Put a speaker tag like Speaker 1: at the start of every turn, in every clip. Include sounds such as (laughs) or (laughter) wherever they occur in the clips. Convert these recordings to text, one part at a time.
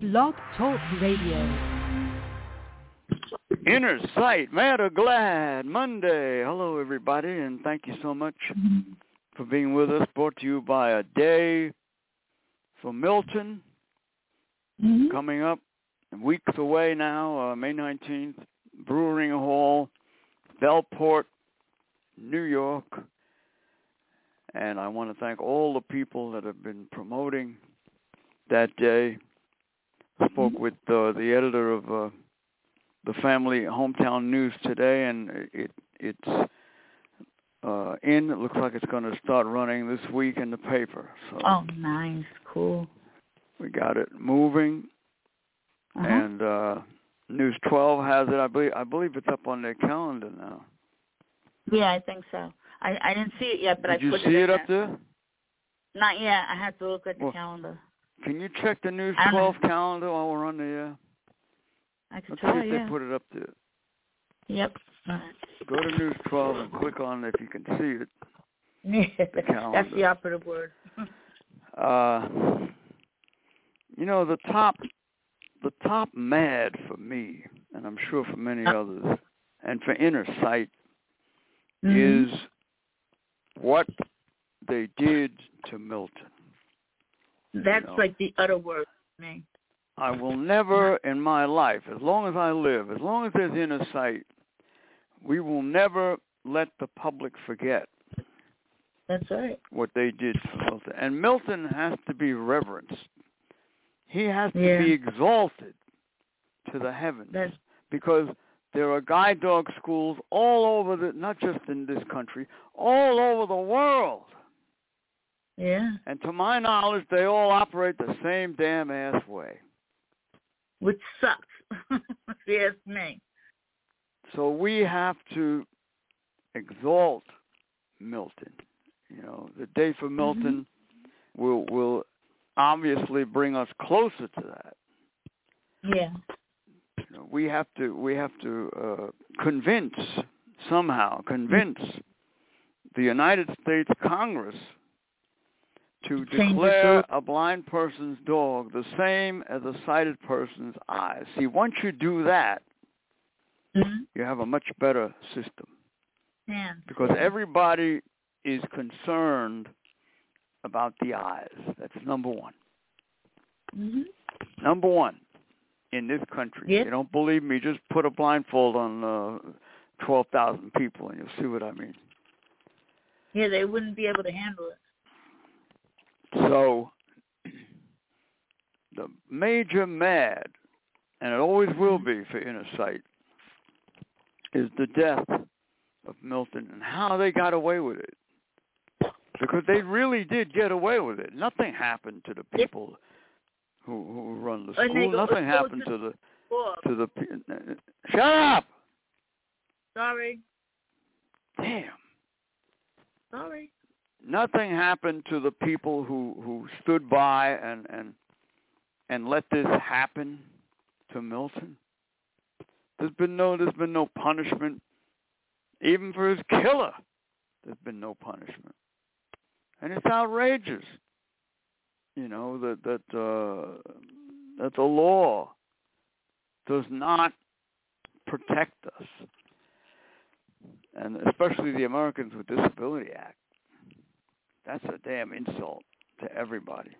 Speaker 1: Blog Talk Radio.
Speaker 2: Inner Sight, Mad or Glad, Monday. Hello, everybody, and thank you so much
Speaker 3: Mm-hmm.
Speaker 2: for being with us. Brought to you by A Day for Milton, coming up weeks away now, uh, May 19th, Brewering Hall, Bellport, New York. And I want to thank all the people that have been promoting that day. Spoke with uh, the editor of... Uh, the family hometown news today, and it it's uh, in. It looks like it's going to start running this week in the paper. So
Speaker 3: Oh, nice, cool.
Speaker 2: we got it moving,
Speaker 3: Uh-huh.
Speaker 2: and uh, News 12 has it. I believe I believe it's up on their calendar now.
Speaker 3: yeah, I think so. I I didn't see it yet, but
Speaker 2: Did
Speaker 3: I
Speaker 2: you
Speaker 3: put
Speaker 2: see
Speaker 3: it, in
Speaker 2: it, up there?
Speaker 3: there. Not yet. I have to look at the
Speaker 2: Well-
Speaker 3: calendar.
Speaker 2: Can you check the News
Speaker 3: I don't
Speaker 2: 12
Speaker 3: know.
Speaker 2: calendar while we're on the air?
Speaker 3: I could
Speaker 2: Let's
Speaker 3: try.
Speaker 2: see if
Speaker 3: Yeah.
Speaker 2: they put it up there.
Speaker 3: Yep.
Speaker 2: Go to News 12 and click on it if you can see it.
Speaker 3: (laughs) That's the
Speaker 2: calendar.
Speaker 3: operative word.
Speaker 2: Uh, you know the top the top mad for me, and I'm sure for many
Speaker 3: Uh-huh.
Speaker 2: others, and for Inner Sight
Speaker 3: Mhm.
Speaker 2: is what they did to Milton.
Speaker 3: That's
Speaker 2: know.
Speaker 3: like the other word for me.
Speaker 2: I will never in my life, as long as I live, as long as there's inner sight, we will never let the public forget
Speaker 3: That's right.
Speaker 2: what they did for Milton. And Milton has to be reverenced. He has to
Speaker 3: Yeah.
Speaker 2: be exalted to the heavens.
Speaker 3: That's
Speaker 2: because there are guide dog schools all over the not just in this country, all over the world.
Speaker 3: yeah.
Speaker 2: And to my knowledge, they all operate the same damn ass way.
Speaker 3: Which sucks. (laughs) if you ask me.
Speaker 2: So we have to exalt Milton. You know, the day for Milton will will obviously bring us closer to that.
Speaker 3: Yeah.
Speaker 2: You know, we have to we have to uh, convince somehow convince the United States Congress to
Speaker 3: Change the
Speaker 2: declare
Speaker 3: rule.
Speaker 2: a blind person's dog the same as a sighted person's eye. See, once you do that,
Speaker 3: Mhm.
Speaker 2: you have a much better system
Speaker 3: Yeah.
Speaker 2: because everybody is concerned about the eyes. That's number one.
Speaker 3: Mhm.
Speaker 2: Number one in this country.
Speaker 3: Yeah.
Speaker 2: You don't believe me? Just put a blindfold on uh, twelve thousand people, and you'll see what I mean.
Speaker 3: Yeah, they wouldn't be able to handle it.
Speaker 2: So (clears throat) the major mad, and it always will be for inner sight, is the death of Milton and how they got away with it. Because they really did get away with it. Nothing happened to the people who, who run the
Speaker 3: And they
Speaker 2: school.
Speaker 3: go-
Speaker 2: Nothing
Speaker 3: so it's
Speaker 2: happened
Speaker 3: a-
Speaker 2: to the
Speaker 3: Oh,
Speaker 2: to the. pe- Shut up!
Speaker 3: sorry.
Speaker 2: Damn.
Speaker 3: Sorry.
Speaker 2: nothing happened to the people who who stood by and and and let this happen to Milton. There's been no there's been no punishment even for his killer. There's been no punishment, and it's outrageous. You know that that uh, that the law does not protect us, and especially the Americans with Disability Act. That's a damn insult to everybody.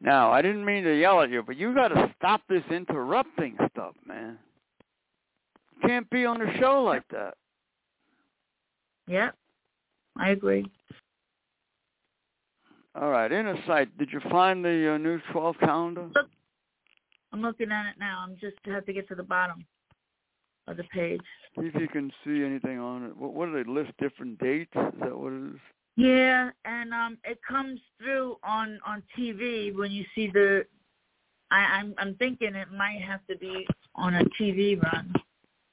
Speaker 2: Now, I didn't mean to yell at you, but you got to stop this interrupting stuff, man. Can't be on the show like that.
Speaker 3: Yep. I agree.
Speaker 2: All right, Inner Sight, did you find the uh, News 12 calendar?
Speaker 3: I'm looking at it now. I'm just have to get to the bottom of the page.
Speaker 2: See if you can see anything on it. What, what do they list? Different dates? Is that what it is?
Speaker 3: Yeah, and um, it comes through on on TV when you see the. I, I'm I'm thinking it might have to be on a TV run.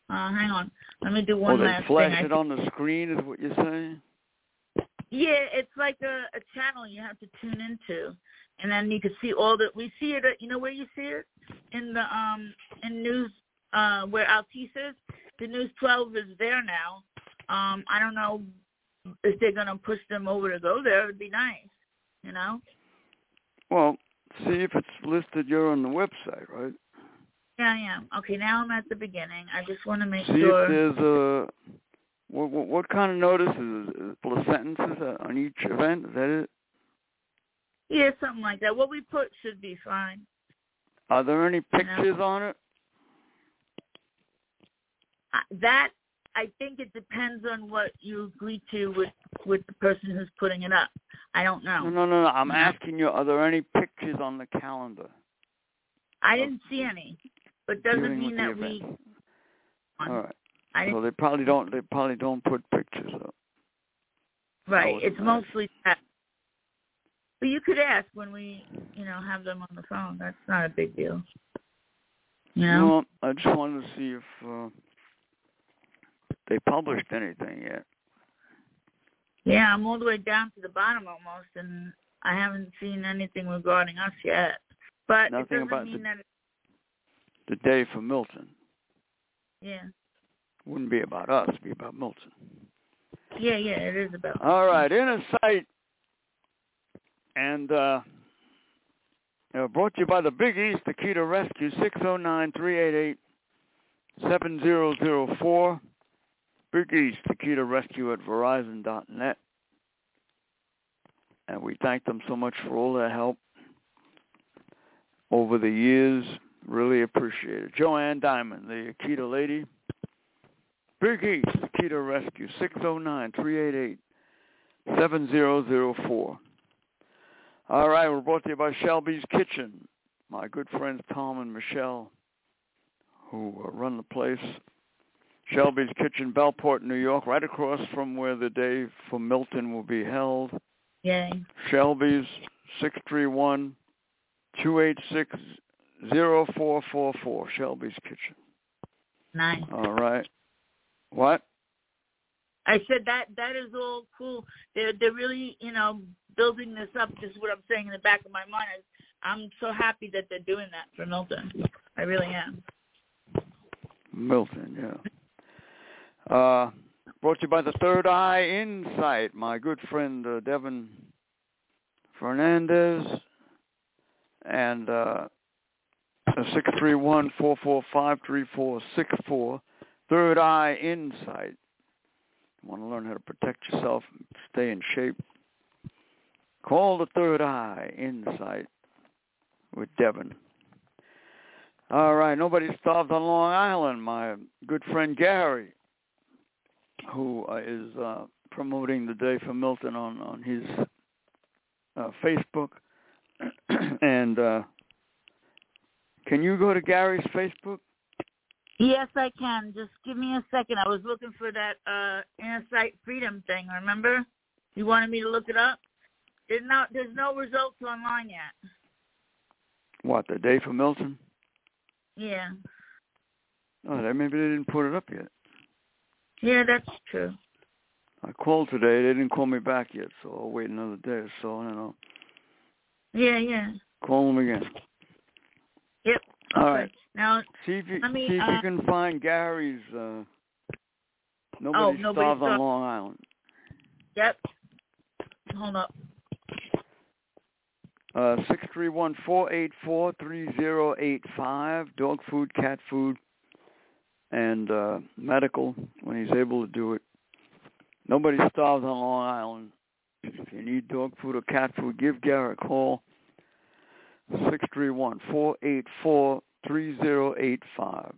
Speaker 3: Uh, hang on, let me do one
Speaker 2: oh, they
Speaker 3: last
Speaker 2: flash
Speaker 3: thing.
Speaker 2: it on the screen, is what you're saying?
Speaker 3: Yeah, it's like a, a channel you have to tune into, and then you can see all the. We see it. at- You know where you see it in the um in news uh where Altice is. The News 12 is there now. Um, I don't know if they're gonna push them over to go there. It'd be nice, you know.
Speaker 2: Well, see if it's listed. You're on the website, right?
Speaker 3: Yeah, I am. Okay, now I'm at the beginning. I just want to make
Speaker 2: see
Speaker 3: sure.
Speaker 2: if there's a what, what, what kind of notice is, is it plus sentences on each event? Is that it?
Speaker 3: Yeah, something like that. What we put should be fine.
Speaker 2: Are there any pictures on it?
Speaker 3: I, that I think it depends on what you agree to with with the person who's putting it up. I don't know.
Speaker 2: No, no, no. no. I'm asking you. Are there any pictures on the calendar?
Speaker 3: I didn't see any, but doesn't
Speaker 2: dealing
Speaker 3: mean
Speaker 2: with
Speaker 3: that
Speaker 2: the
Speaker 3: we.
Speaker 2: event? All right.
Speaker 3: I didn't,
Speaker 2: Uh, So they probably don't. They probably don't put pictures up.
Speaker 3: right.
Speaker 2: wasn't
Speaker 3: It's
Speaker 2: there.
Speaker 3: mostly that. But you could ask when we, you know, have them on the phone. That's not a big deal. You know.
Speaker 2: No, I just wanted to see if uh, they published anything yet.
Speaker 3: Yeah, I'm all the way down to the bottom almost, and I haven't seen anything regarding us yet. But
Speaker 2: Nothing
Speaker 3: it doesn't
Speaker 2: about
Speaker 3: mean
Speaker 2: the-
Speaker 3: that. It,
Speaker 2: The day for Milton
Speaker 3: yeah,
Speaker 2: wouldn't be about us; it'd be about Milton.
Speaker 3: yeah, yeah. It is about.
Speaker 2: All right, inner sight, and uh, uh, brought to you by the Big East Akita Rescue six zero nine three eight eight seven zero zero four. Big East Akita Rescue at Verizon dot net, and we thank them so much for all their help over the years. Really appreciate it. Joanne Diamond, the Akita lady. Big East Akita Rescue six zero nine three eight eight. 7004. All right, we're brought to you by Shelby's Kitchen. My good friends Tom and Michelle, who uh, run the place. Shelby's Kitchen, Bellport, New York, right across from where the day for Milton will be held.
Speaker 3: Yay!
Speaker 2: Shelby's 631-286-0444, Shelby's Kitchen.
Speaker 3: Nice.
Speaker 2: All right. What?
Speaker 3: I said that that is all cool. They're they're really you know building this up. This is what I'm saying in the back of my mind. Is I'm so happy that they're doing that for Milton. I really am.
Speaker 2: Milton, yeah. Uh, brought to you by the Third Eye Insight, my good friend uh, Devin Fernandez, and uh, six three one four four five three four six four. Third Eye Insight. Want to learn how to protect yourself, and stay in shape? Call the Third Eye Insight with Devin. All right, nobody starved on Long Island. My good friend Gary, who uh, is uh, promoting the day for Milton on on his uh, Facebook, (clears throat) and uh, can you go to Gary's Facebook?
Speaker 3: Yes, I can. Just give me a second. I was looking for that uh insight freedom thing. Remember, you wanted me to look it up. There's not. There's no results online yet.
Speaker 2: What the day for Milton?
Speaker 3: Yeah.
Speaker 2: Oh, they, maybe they didn't put it up yet.
Speaker 3: Yeah, that's true.
Speaker 2: I called today; they didn't call me back yet, so I'll wait another day or so, and I'll
Speaker 3: Yeah, yeah.
Speaker 2: call them again.
Speaker 3: Yep.
Speaker 2: All
Speaker 3: Okay.
Speaker 2: right.
Speaker 3: Now,
Speaker 2: See if you
Speaker 3: I mean,
Speaker 2: see if
Speaker 3: uh,
Speaker 2: you can find Gary's. Uh, nobody
Speaker 3: Oh, nobody
Speaker 2: starves on
Speaker 3: starved.
Speaker 2: Long Island.
Speaker 3: yep. Hold up.
Speaker 2: Uh, six three one four eight four three zero eight five. Dog food, cat food, and uh, medical when he's able to do it. Nobody starves on Long Island. If you need dog food or cat food, give Garrett a call. Six three one four eight four three zero eight five.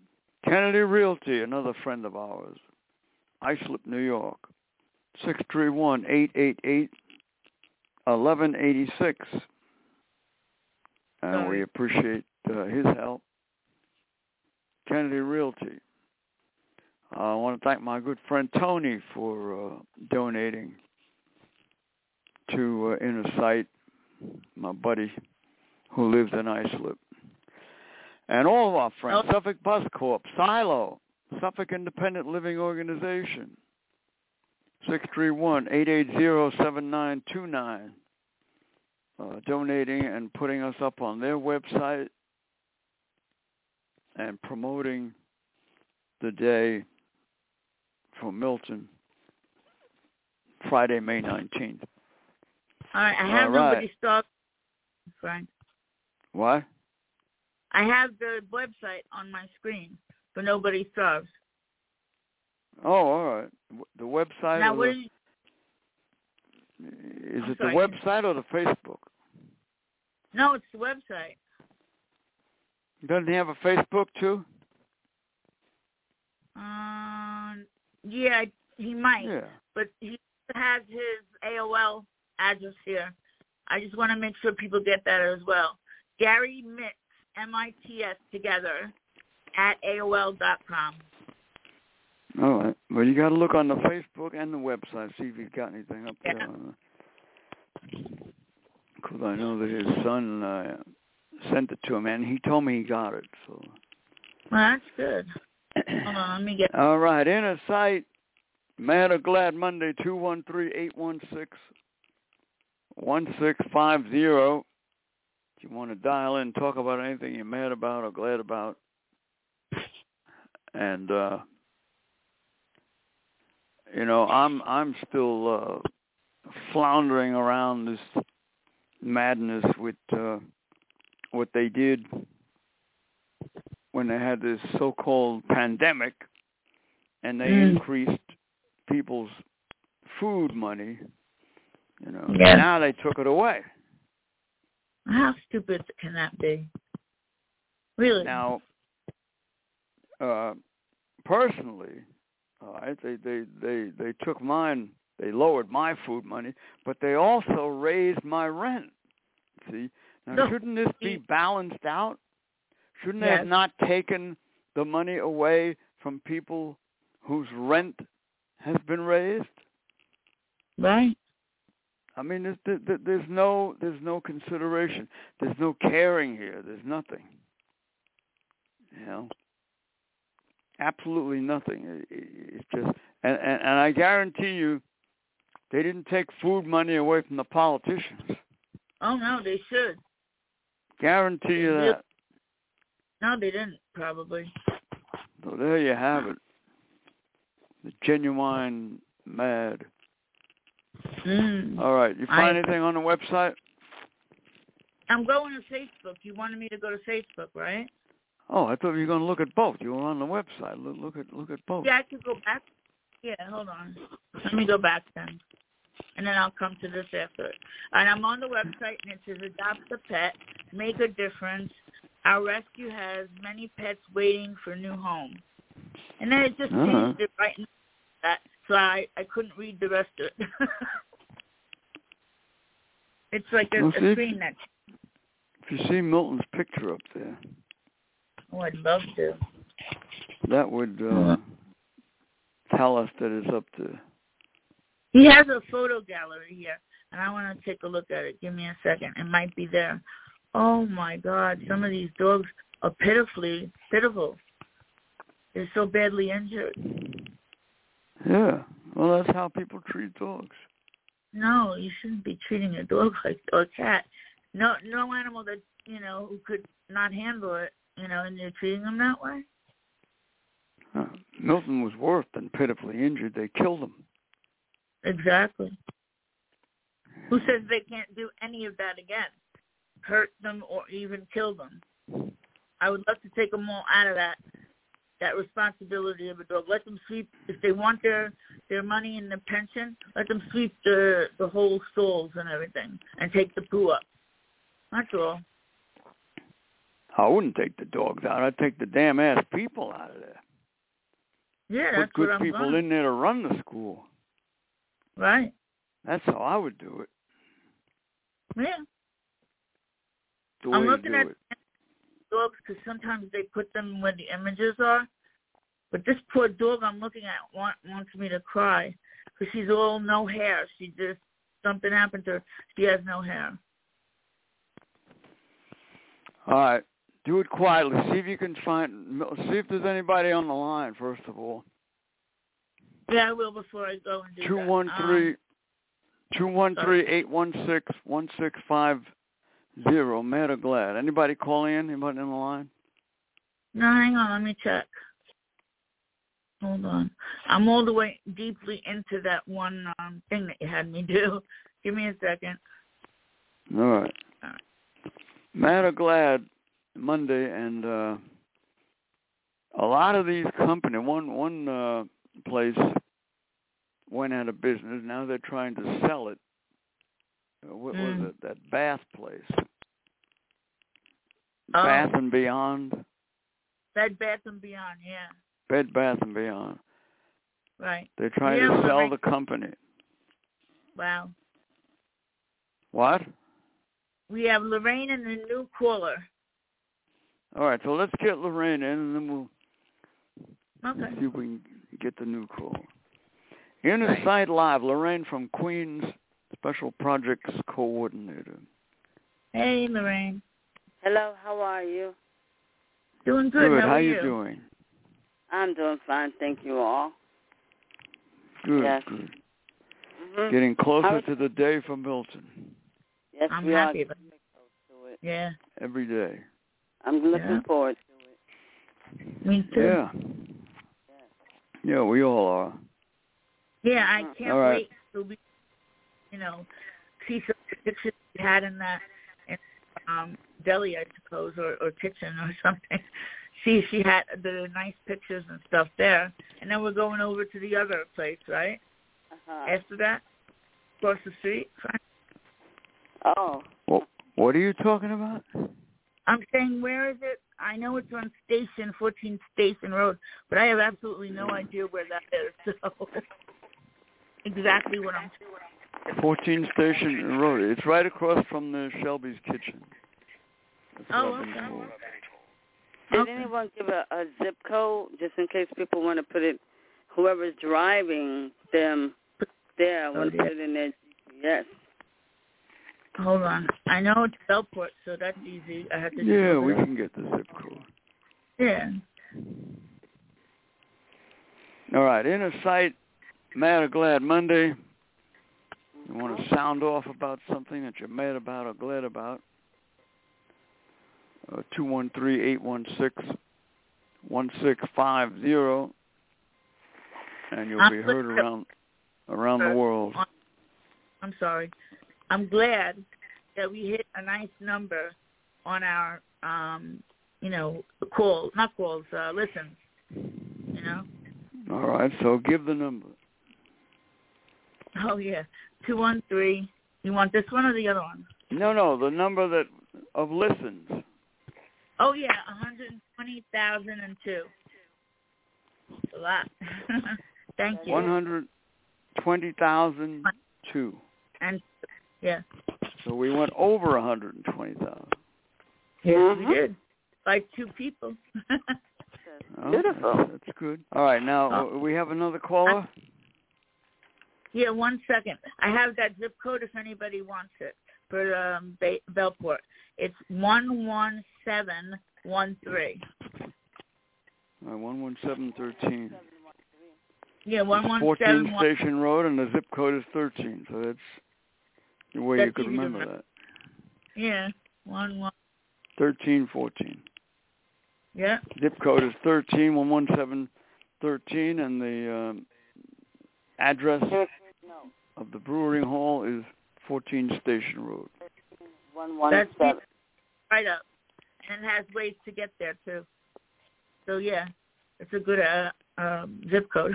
Speaker 2: Kennedy Realty, another friend of ours, Islip, New York. Six three one eight eight eight eleven eighty six. And we
Speaker 3: Sorry.
Speaker 2: appreciate uh, his help. Kennedy Realty. I want to thank my good friend Tony for uh, donating to uh, Inner Sight, my buddy who lives in Islip. And all of our friends,
Speaker 3: Oh.
Speaker 2: Suffolk Bus Corp, Silo, Suffolk Independent Living Organization, 631-880-7929, uh, donating and putting us up on their website and promoting the day for Milton, Friday, May 19th.
Speaker 3: All right. I have
Speaker 2: All right.
Speaker 3: nobody stopped. Frank.
Speaker 2: What?
Speaker 3: I have the website on my screen, but nobody serves.
Speaker 2: Oh, all right. W- The website.
Speaker 3: Now,
Speaker 2: or
Speaker 3: what
Speaker 2: the-
Speaker 3: do you,
Speaker 2: is
Speaker 3: I'm
Speaker 2: it
Speaker 3: sorry.
Speaker 2: the website or the Facebook?
Speaker 3: no, it's the website.
Speaker 2: Doesn't he have a Facebook too?
Speaker 3: Um, yeah, he might,
Speaker 2: Yeah.
Speaker 3: but he has his AOL address here. I just want to make sure people get that as well. Gary Mitz, M-I-T-S, together at AOL dot com.
Speaker 2: All right. Well, you got to look on the Facebook and the website, see if he's got anything up
Speaker 3: Yeah.
Speaker 2: there. Because I know that his son uh, sent it to him, and he told me he got it. So.
Speaker 3: Well, that's good. Hold on, let me get.
Speaker 2: All right. Inner Sight, Mad or Glad Monday, 213-816-1650. If you want to dial in, talk about anything you're mad about or glad about. And, uh, you know, I'm I'm still uh, floundering around this madness with uh, what they did when they had this so-called pandemic and they
Speaker 3: Mm.
Speaker 2: increased people's food money, you know.
Speaker 3: Yes.
Speaker 2: Now they took it away.
Speaker 3: How stupid can that be? Really?
Speaker 2: Now, uh, personally, all right, they, they they they took mine. They lowered my food money, but they also raised my rent. See, now
Speaker 3: No.
Speaker 2: shouldn't this be balanced out? Shouldn't they
Speaker 3: Yes.
Speaker 2: have not taken the money away from people whose rent has been raised?
Speaker 3: Right?
Speaker 2: I mean, there's, there- there- there's no there's no consideration. There's no caring here. There's nothing. You know, absolutely nothing. It- it- It's just, and, and and I guarantee you, they didn't take food money away from the politicians.
Speaker 3: Oh no, they should.
Speaker 2: Guarantee you
Speaker 3: Yep.
Speaker 2: that.
Speaker 3: No, they didn't. Probably.
Speaker 2: So there you have it. The genuine mad.
Speaker 3: Mm.
Speaker 2: All right, you
Speaker 3: I-
Speaker 2: find anything on the website?
Speaker 3: I'm going to Facebook. You wanted me to go to Facebook, right?
Speaker 2: Oh, I thought you were going to look at both. You were on the website. Look, look at look at both.
Speaker 3: Yeah, I could go back. Yeah, hold on. Let me go back then. And then I'll come to this after. And I'm on the website, and it says adopt a pet, make a difference. Our rescue has many pets waiting for new home. And then it just
Speaker 2: Uh-huh.
Speaker 3: changed it right in that, so I, I couldn't read the rest of it. (laughs) it's like a,
Speaker 2: Well, see?
Speaker 3: a screen that
Speaker 2: If you see Milton's picture up there,
Speaker 3: oh, I'd love to.
Speaker 2: that would uh, tell us that it's up to.
Speaker 3: He has a photo gallery here, and I want to take a look at it. Give me a second. It might be there. Oh my God! Some of these dogs are pitifully pitiful. They're so badly injured.
Speaker 2: Yeah. Well, that's how people treat dogs.
Speaker 3: No, you shouldn't be treating a dog (laughs) like or a cat. No, no animal that you know who could not handle it. You know, and you're treating them that way.
Speaker 2: Huh. Milton was worse than pitifully injured. They killed him.
Speaker 3: Exactly. Who says they can't do any of that again? Hurt them or even kill them. I would love to take them all out of that that responsibility of a dog. Let them sweep if they want their their money and their pension. Let them sweep the the whole stalls and everything, and take the poo up. That's all.
Speaker 2: I wouldn't take the dogs out. I'd take the damn ass people out of there.
Speaker 3: Yeah,
Speaker 2: Put
Speaker 3: that's
Speaker 2: good
Speaker 3: what I'm
Speaker 2: people
Speaker 3: going.
Speaker 2: in there to run the school.
Speaker 3: Right.
Speaker 2: That's how I would do it.
Speaker 3: Yeah.
Speaker 2: The
Speaker 3: I'm
Speaker 2: way
Speaker 3: looking
Speaker 2: you
Speaker 3: at
Speaker 2: do it.
Speaker 3: dogs because sometimes they put them where the images are. But this poor dog I'm looking at want, wants me to cry because she's all no hair. She just something happened to her. She has no hair.
Speaker 2: All right. Do it quietly. See if you can find. Mil- See if there's anybody on the line. First of all.
Speaker 3: Yeah, I will before I go and do
Speaker 2: Two
Speaker 3: that.
Speaker 2: one three,
Speaker 3: Um,
Speaker 2: two one three eight one six one six five zero. Mad or glad? Anybody call in? Anybody on the line?
Speaker 3: no, hang on. Let me check. Hold on. I'm all the way deeply into that one um, (laughs) thing that you had me do. Give me a second.
Speaker 2: All right. Mad or glad Monday, and uh, a lot of these company one one uh, place went out of business. Now they're trying to sell it. Uh, What
Speaker 3: Mm.
Speaker 2: was it? That Bath place,
Speaker 3: Oh.
Speaker 2: Bath and Beyond,
Speaker 3: Bed Bath and Beyond, yeah,
Speaker 2: Bed Bath and Beyond.
Speaker 3: right.
Speaker 2: They're trying
Speaker 3: Yeah,
Speaker 2: to
Speaker 3: but
Speaker 2: sell
Speaker 3: like-
Speaker 2: the company.
Speaker 3: Wow.
Speaker 2: What?
Speaker 3: We have Lorraine and the new caller.
Speaker 2: All right, so let's get Lorraine in, and then we'll
Speaker 3: Okay.
Speaker 2: see if we can get the new call. Inner Sight Live, Lorraine from Queens, Special Projects Coordinator.
Speaker 3: Hey, Lorraine.
Speaker 4: Hello, how are you?
Speaker 3: Doing good.
Speaker 2: Good.
Speaker 3: How,
Speaker 2: How
Speaker 3: are
Speaker 2: you doing?
Speaker 4: I'm doing fine, thank you all.
Speaker 2: Good.
Speaker 4: Yes.
Speaker 2: Good.
Speaker 3: Mm-hmm.
Speaker 4: hmm
Speaker 2: Getting
Speaker 4: I
Speaker 2: closer
Speaker 4: was-
Speaker 2: to the day for Milton
Speaker 4: Yes,
Speaker 3: I'm
Speaker 4: we
Speaker 3: happy
Speaker 4: are
Speaker 3: about
Speaker 4: to it.
Speaker 3: Yeah,
Speaker 2: every day.
Speaker 4: I'm looking
Speaker 3: Yeah.
Speaker 4: forward to it.
Speaker 3: me too.
Speaker 2: Yeah. Yeah, we all are.
Speaker 3: Yeah,
Speaker 4: Uh,
Speaker 3: I can't
Speaker 2: All right.
Speaker 3: wait to be, you know, see some pictures we had in that in, um deli, I suppose, or or kitchen or (laughs) something. See, she had the nice pictures and stuff there, and then we're going over to the other place, right?
Speaker 4: Uh-huh.
Speaker 3: After that, across the street.
Speaker 4: Oh,
Speaker 2: What are you talking about?
Speaker 3: I'm saying, where is it? I know it's on Station 14 Station Road, but I have absolutely no idea where that is. (laughs) So exactly what I'm.
Speaker 2: 14 Station Road. It's right across from the Shelby's Kitchen. That's what
Speaker 3: Oh,
Speaker 2: I've been
Speaker 3: okay.
Speaker 2: told.
Speaker 4: did
Speaker 3: Okay.
Speaker 4: anyone give a, a zip code just in case people want to put it? Whoever's driving them there want to
Speaker 3: Oh, yeah.
Speaker 4: put it in their Yes.
Speaker 3: Hold on. I know it's Belport, so that's easy. I have to.
Speaker 2: Yeah, we can get the zip code.
Speaker 3: Yeah.
Speaker 2: All right, inner sight, mad or glad Monday. You want to sound off about something that you're mad about or glad about? Uh, Two one three eight one six one six five zero, and you'll be heard around around the world.
Speaker 3: I'm sorry. I'm glad that we hit a nice number on our, um, you know, call, not calls, uh, listens. You know.
Speaker 2: All right, so give the number.
Speaker 3: Oh yeah. Two one three. You want this one or the other one?
Speaker 2: No, no, the number that of listens.
Speaker 3: Oh yeah, one hundred twenty thousand and two. A lot. (laughs) Thank you.
Speaker 2: One hundred twenty thousand two.
Speaker 3: And yeah,
Speaker 2: So we went over a hundred and twenty thousand.
Speaker 3: yes
Speaker 2: uh-huh.
Speaker 4: Mhm.
Speaker 3: we did. By two people. (laughs)
Speaker 2: Oh,
Speaker 4: Beautiful.
Speaker 2: That's, that's good. All right, now uh, we have another caller.
Speaker 3: yeah, one second. I have that zip code if anybody wants it for um, Ba Belport. It's one one seven one three.
Speaker 2: Uh, one one seven thirteen.
Speaker 3: Yeah, one one
Speaker 2: Fourteen
Speaker 3: seven one.
Speaker 2: Station Road, and the zip code is thirteen. So that's the way you
Speaker 3: That's
Speaker 2: could
Speaker 3: easy to
Speaker 2: remember
Speaker 3: remember.
Speaker 2: that.
Speaker 3: Yeah, one one.
Speaker 2: Thirteen fourteen.
Speaker 3: Yeah.
Speaker 2: Zip code is thirteen one one seven thirteen, and the um, address of the brewing hall is fourteen Station Road.
Speaker 4: One one
Speaker 3: That's
Speaker 4: seven.
Speaker 3: right up, and it has ways to get there too. So yeah, it's a good uh, um, zip code.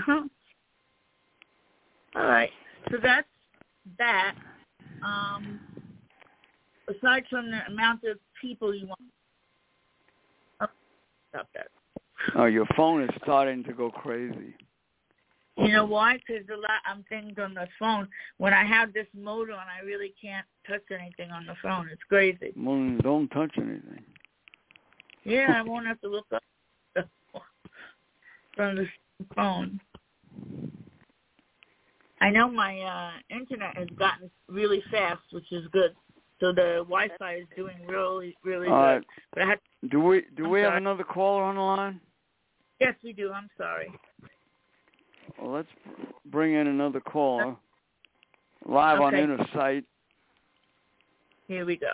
Speaker 3: All right, so that's that. Um, aside from the amount of people you want, oh, stop that.
Speaker 2: Oh, your phone is starting to go crazy.
Speaker 3: You know why? Because a lot I'm things on the phone. When I have this mode on, I really can't touch anything on the phone. It's crazy.
Speaker 2: Well, don't touch anything.
Speaker 3: Yeah, I won't have to look up (laughs) stuff from the phone. I know my uh internet has gotten really fast, which is good. So the Wi-Fi is doing really, really
Speaker 2: All right.
Speaker 3: good. But I have
Speaker 2: Do we do
Speaker 3: I'm
Speaker 2: we have
Speaker 3: sorry.
Speaker 2: another caller on the line?
Speaker 3: yes, we do. I'm sorry.
Speaker 2: Well, let's br- bring in another caller live on
Speaker 3: Okay.
Speaker 2: Inner Sight.
Speaker 3: Here we go.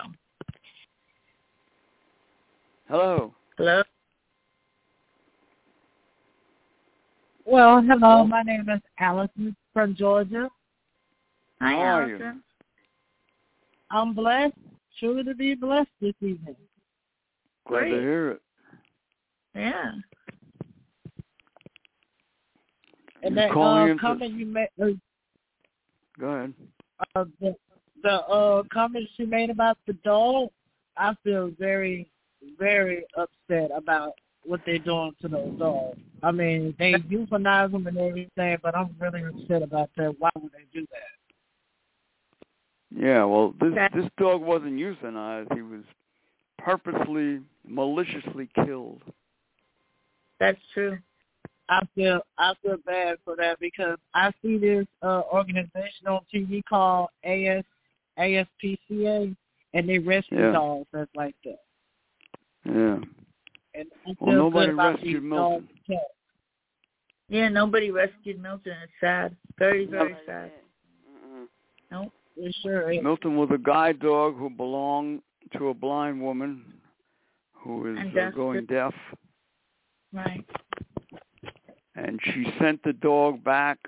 Speaker 2: Hello.
Speaker 3: Hello.
Speaker 1: Well, hello. My name is Allison from Georgia.
Speaker 3: Hi,
Speaker 2: How are you?
Speaker 3: Allison.
Speaker 1: I'm blessed. sure to be blessed this evening.
Speaker 2: Glad
Speaker 3: Great.
Speaker 2: to hear it.
Speaker 3: Yeah.
Speaker 1: And
Speaker 2: You're
Speaker 1: that
Speaker 2: calling
Speaker 1: uh,
Speaker 2: in for-
Speaker 1: comment you made, uh,
Speaker 2: Go ahead.
Speaker 1: uh, the, the uh, comments you made about the dog, I feel very, very upset about what they're doing to those dogs. I mean, they euthanize them and everything, but I'm really upset about that. Why would they do that?
Speaker 2: Yeah, well, this
Speaker 3: That-
Speaker 2: this dog wasn't euthanized. He was purposely, maliciously killed.
Speaker 3: That's true.
Speaker 1: I feel I feel bad for that because I see this uh, organization on TV called AS ASPCA, and they rescue
Speaker 2: Yeah.
Speaker 1: dogs that's like that.
Speaker 2: Yeah.
Speaker 1: And I feel
Speaker 2: Well, nobody
Speaker 1: good about
Speaker 2: rescued
Speaker 1: these
Speaker 2: Milton.
Speaker 1: dogs and cats.
Speaker 3: Yeah, nobody rescued Milton. It's sad. Very, very
Speaker 4: Nobody
Speaker 3: sad.
Speaker 4: did. Mm-mm.
Speaker 1: It sure is.
Speaker 2: Milton was a guide dog who belonged to a blind woman who is
Speaker 3: And
Speaker 2: uh,
Speaker 3: deaf.
Speaker 2: going deaf,
Speaker 3: Right.
Speaker 2: and she sent the dog back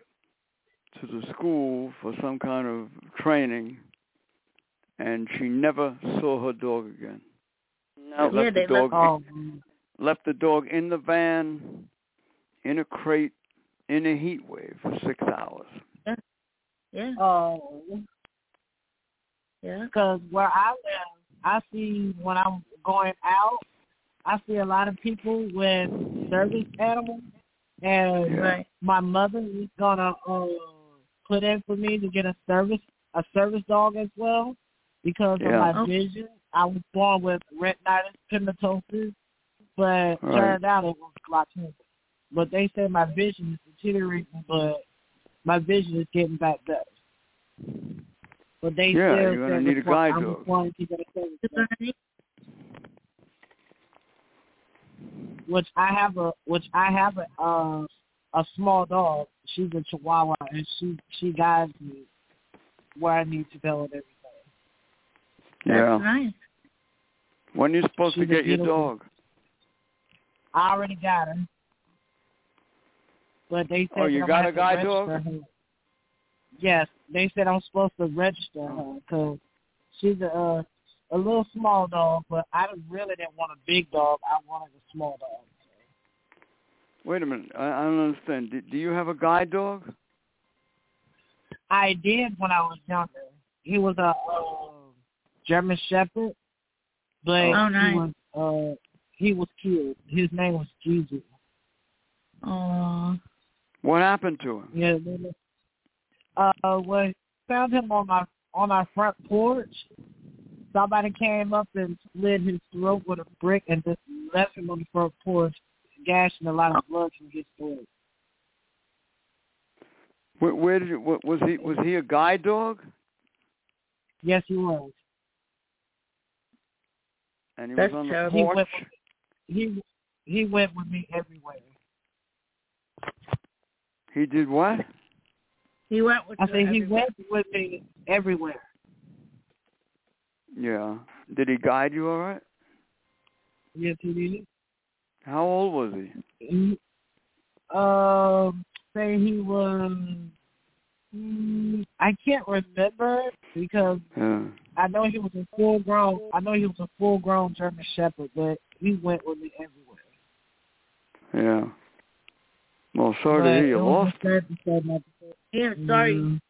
Speaker 2: to the school for some kind of training, and she never saw her dog again.
Speaker 4: No.
Speaker 2: They left
Speaker 3: Yeah,
Speaker 2: the
Speaker 3: they
Speaker 2: dog
Speaker 3: left-
Speaker 1: Oh, man.
Speaker 2: left the dog in the van, in a crate, in a heat wave for six hours.
Speaker 3: Yeah.
Speaker 1: oh,
Speaker 3: Yeah.
Speaker 1: because where I live, I see when I'm going out, I see a lot of people with service animals, and
Speaker 2: Yeah.
Speaker 3: Right.
Speaker 1: my mother is gonna uh, put in for me to get a service a service dog as well because
Speaker 2: Yeah.
Speaker 1: of my
Speaker 3: Oh.
Speaker 1: vision. I was born with retinitis pigmentosis, but
Speaker 2: Right.
Speaker 1: turned out it was glaucoma. But they say my vision is deteriorating, but my vision is getting back better. But they
Speaker 2: Yeah,
Speaker 1: still
Speaker 2: you're gonna
Speaker 1: said
Speaker 2: need a
Speaker 1: before
Speaker 2: guide
Speaker 1: I was
Speaker 2: dog.
Speaker 1: going to get a service
Speaker 3: You're
Speaker 1: dog,
Speaker 3: gonna need-
Speaker 1: which I have a which I have a uh, a small dog. She's a Chihuahua, and she she guides me where I need to go and everything.
Speaker 3: That's
Speaker 2: yeah.
Speaker 3: nice.
Speaker 2: When are you supposed to
Speaker 1: She's a
Speaker 2: get your
Speaker 1: beautiful-
Speaker 2: dog?
Speaker 1: I already got her, but they said
Speaker 2: Oh, you
Speaker 1: that I'm
Speaker 2: got
Speaker 1: gonna
Speaker 2: a guide
Speaker 1: have to
Speaker 2: dog?
Speaker 1: register her. Yes, they said I'm supposed to register her because she's a uh, a little small dog, but I really didn't want a big dog. I wanted a small dog.
Speaker 2: Wait a minute, I, I don't understand. Do, do you have a guide dog?
Speaker 1: I did when I was younger. He was a uh, German Shepherd, but
Speaker 3: Oh,
Speaker 1: he
Speaker 3: nice.
Speaker 1: was uh, he was killed. His name was Jesus.
Speaker 3: Oh.
Speaker 2: What happened to him?
Speaker 1: Yeah. they look- Uh, well, found him on my on our front porch. Somebody came up and slit his throat with a brick and just left him on the front porch, gashing a lot of blood from his throat.
Speaker 2: Where, where did you, what, was he? Was he a guide dog?
Speaker 1: Yes, he was.
Speaker 2: And he
Speaker 3: That's
Speaker 2: was on the
Speaker 3: terrible.
Speaker 1: He went
Speaker 2: porch.
Speaker 1: with, he he went with me everywhere.
Speaker 2: He did what?
Speaker 3: He went with
Speaker 1: I
Speaker 3: you
Speaker 1: said he
Speaker 3: everywhere.
Speaker 1: went with me everywhere.
Speaker 2: Yeah. Did he guide you all right?
Speaker 1: Yes, he did.
Speaker 2: How old was he?
Speaker 1: um, say he was. mm, I can't remember because
Speaker 2: Yeah.
Speaker 1: I know he was a full grown. I know he was a full grown German Shepherd, but he went with me everywhere.
Speaker 2: Yeah. Well, sorry to hear
Speaker 1: But it
Speaker 2: you
Speaker 1: was
Speaker 2: lost.
Speaker 1: a sad to say nothing.
Speaker 3: Yeah, sorry.
Speaker 1: Mm,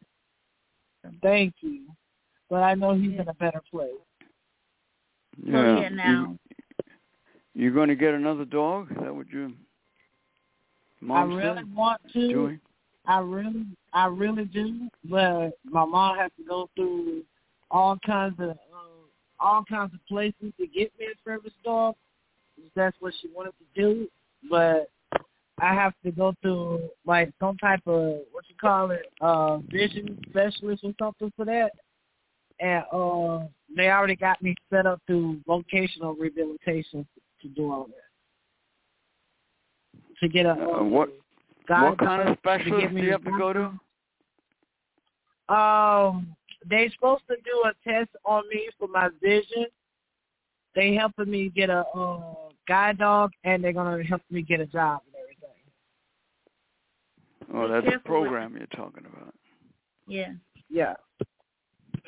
Speaker 1: Thank you, but I know he's in a better place.
Speaker 2: Yeah.
Speaker 3: Well, Oh, yeah, now.
Speaker 2: You, you're going to get another dog? Is that what you? Mom
Speaker 1: I really
Speaker 2: said?
Speaker 1: want to.
Speaker 2: Doing?
Speaker 1: I really, I really do. But my mom has to go through all kinds of uh, all kinds of places to get me a service dog. That's what she wanted to do, but I have to go through like some type of what you call it, uh, vision specialist or something for that. And uh, they already got me set up through vocational rehabilitation to do all that. To get a
Speaker 2: Uh, what-
Speaker 1: guide
Speaker 2: what kind of
Speaker 1: dog to get
Speaker 2: specialist do
Speaker 1: me
Speaker 2: you have to go to?
Speaker 1: counseling. Um, they supposed to do a test on me for my vision. They helping me get a uh, guide dog, and they're gonna help me get a job and everything.
Speaker 2: Oh,
Speaker 3: Be
Speaker 2: that's a
Speaker 3: careful with
Speaker 2: program you're talking about,
Speaker 3: Yeah.
Speaker 1: Yeah,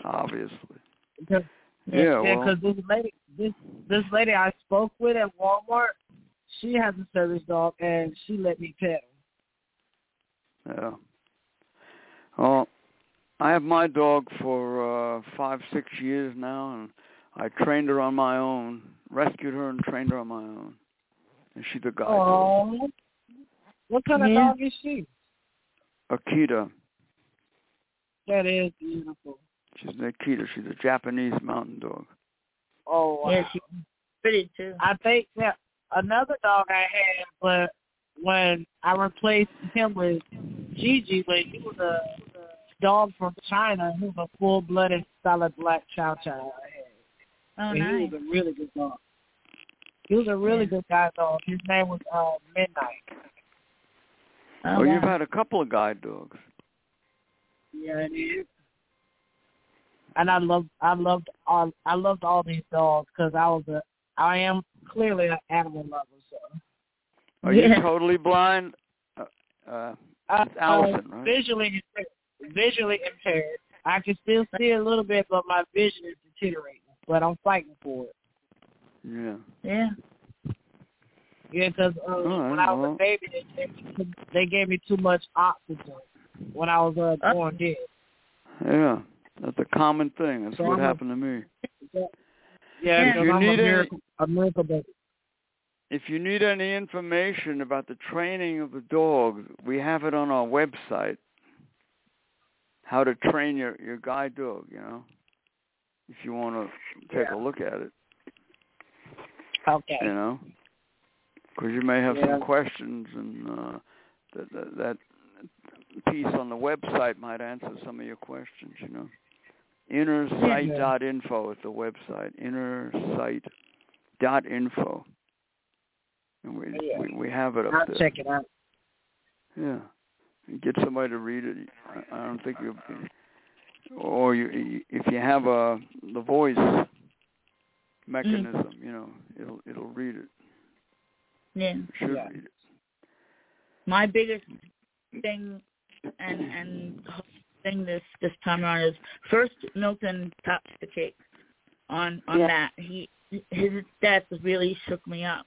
Speaker 2: obviously.
Speaker 1: because
Speaker 2: Yeah,
Speaker 1: yeah,
Speaker 2: well-
Speaker 1: because this lady, this this lady I spoke with at Walmart, she has a service dog, and she let me pet her.
Speaker 2: Yeah. Uh, I have my dog for uh, five, six years now, and I trained her on my own, rescued her and trained her on my own, and she's a guide dog.
Speaker 1: Oh, what kind
Speaker 3: Yeah.
Speaker 1: of dog is she?
Speaker 2: Akita.
Speaker 1: That is beautiful.
Speaker 2: She's an Akita. She's a Japanese mountain dog.
Speaker 1: Oh, wow.
Speaker 3: Yeah, she's pretty too.
Speaker 1: I think that another dog I had, but when I replaced him with Gigi, but he was a dog from China. He was a full-blooded, solid black Chow Chow. I had.
Speaker 3: Oh,
Speaker 1: And
Speaker 3: nice.
Speaker 1: He was a really good dog. He was a really
Speaker 3: Yeah.
Speaker 1: good guy dog. His name was uh, Midnight.
Speaker 3: Oh,
Speaker 2: well, you've
Speaker 3: wow.
Speaker 2: had a couple of guide dogs.
Speaker 1: Yeah, it is. And I loved, I loved all, I loved all these dogs because I was a, I am clearly an animal lover. So
Speaker 2: Are
Speaker 3: Yeah.
Speaker 2: you totally blind? Uh, uh,
Speaker 1: I,
Speaker 2: It's Allison, right?
Speaker 1: visually, impaired- visually impaired. I can still see a little bit, but my vision is deteriorating. But I'm fighting for it.
Speaker 2: yeah.
Speaker 3: Yeah.
Speaker 1: Yeah, because uh,
Speaker 2: Alright,
Speaker 1: when I was
Speaker 2: well.
Speaker 1: a baby, they gave, me, they gave me too much oxygen when I was uh,
Speaker 3: Oh.
Speaker 1: born dead.
Speaker 2: Yeah. That's a common thing. That's
Speaker 1: So
Speaker 2: what
Speaker 1: I'm a-
Speaker 2: happened to me.
Speaker 1: Yeah,
Speaker 3: Yeah.
Speaker 1: because
Speaker 2: You
Speaker 1: I'm
Speaker 2: need
Speaker 1: a
Speaker 2: it.
Speaker 1: miracle, a miracle baby.
Speaker 2: If you need any information about the training of the dog, we have it on our website. How to train your your guide dog, you know. If you want to take
Speaker 1: Yeah.
Speaker 2: a look at it,
Speaker 1: Okay.
Speaker 2: you know, because you may have
Speaker 1: Yeah.
Speaker 2: some questions, and uh, that, that that piece on the website might answer some of your questions, you know. Innersight.info is the website. Innersight.info, and we
Speaker 1: Oh, Yeah.
Speaker 2: we, we have it up
Speaker 1: I'll
Speaker 2: there.
Speaker 1: check it out.
Speaker 2: Yeah. And get somebody to read it. I- I don't think you or you- you if you have a the voice mechanism,
Speaker 1: Mm.
Speaker 2: you know, it'll it'll read it.
Speaker 3: Yeah.
Speaker 2: It should
Speaker 1: Yeah.
Speaker 2: read it.
Speaker 3: My biggest thing and and thing this this time around is first Milton tops the cake on on
Speaker 4: Yeah.
Speaker 3: that. He his death really shook me up.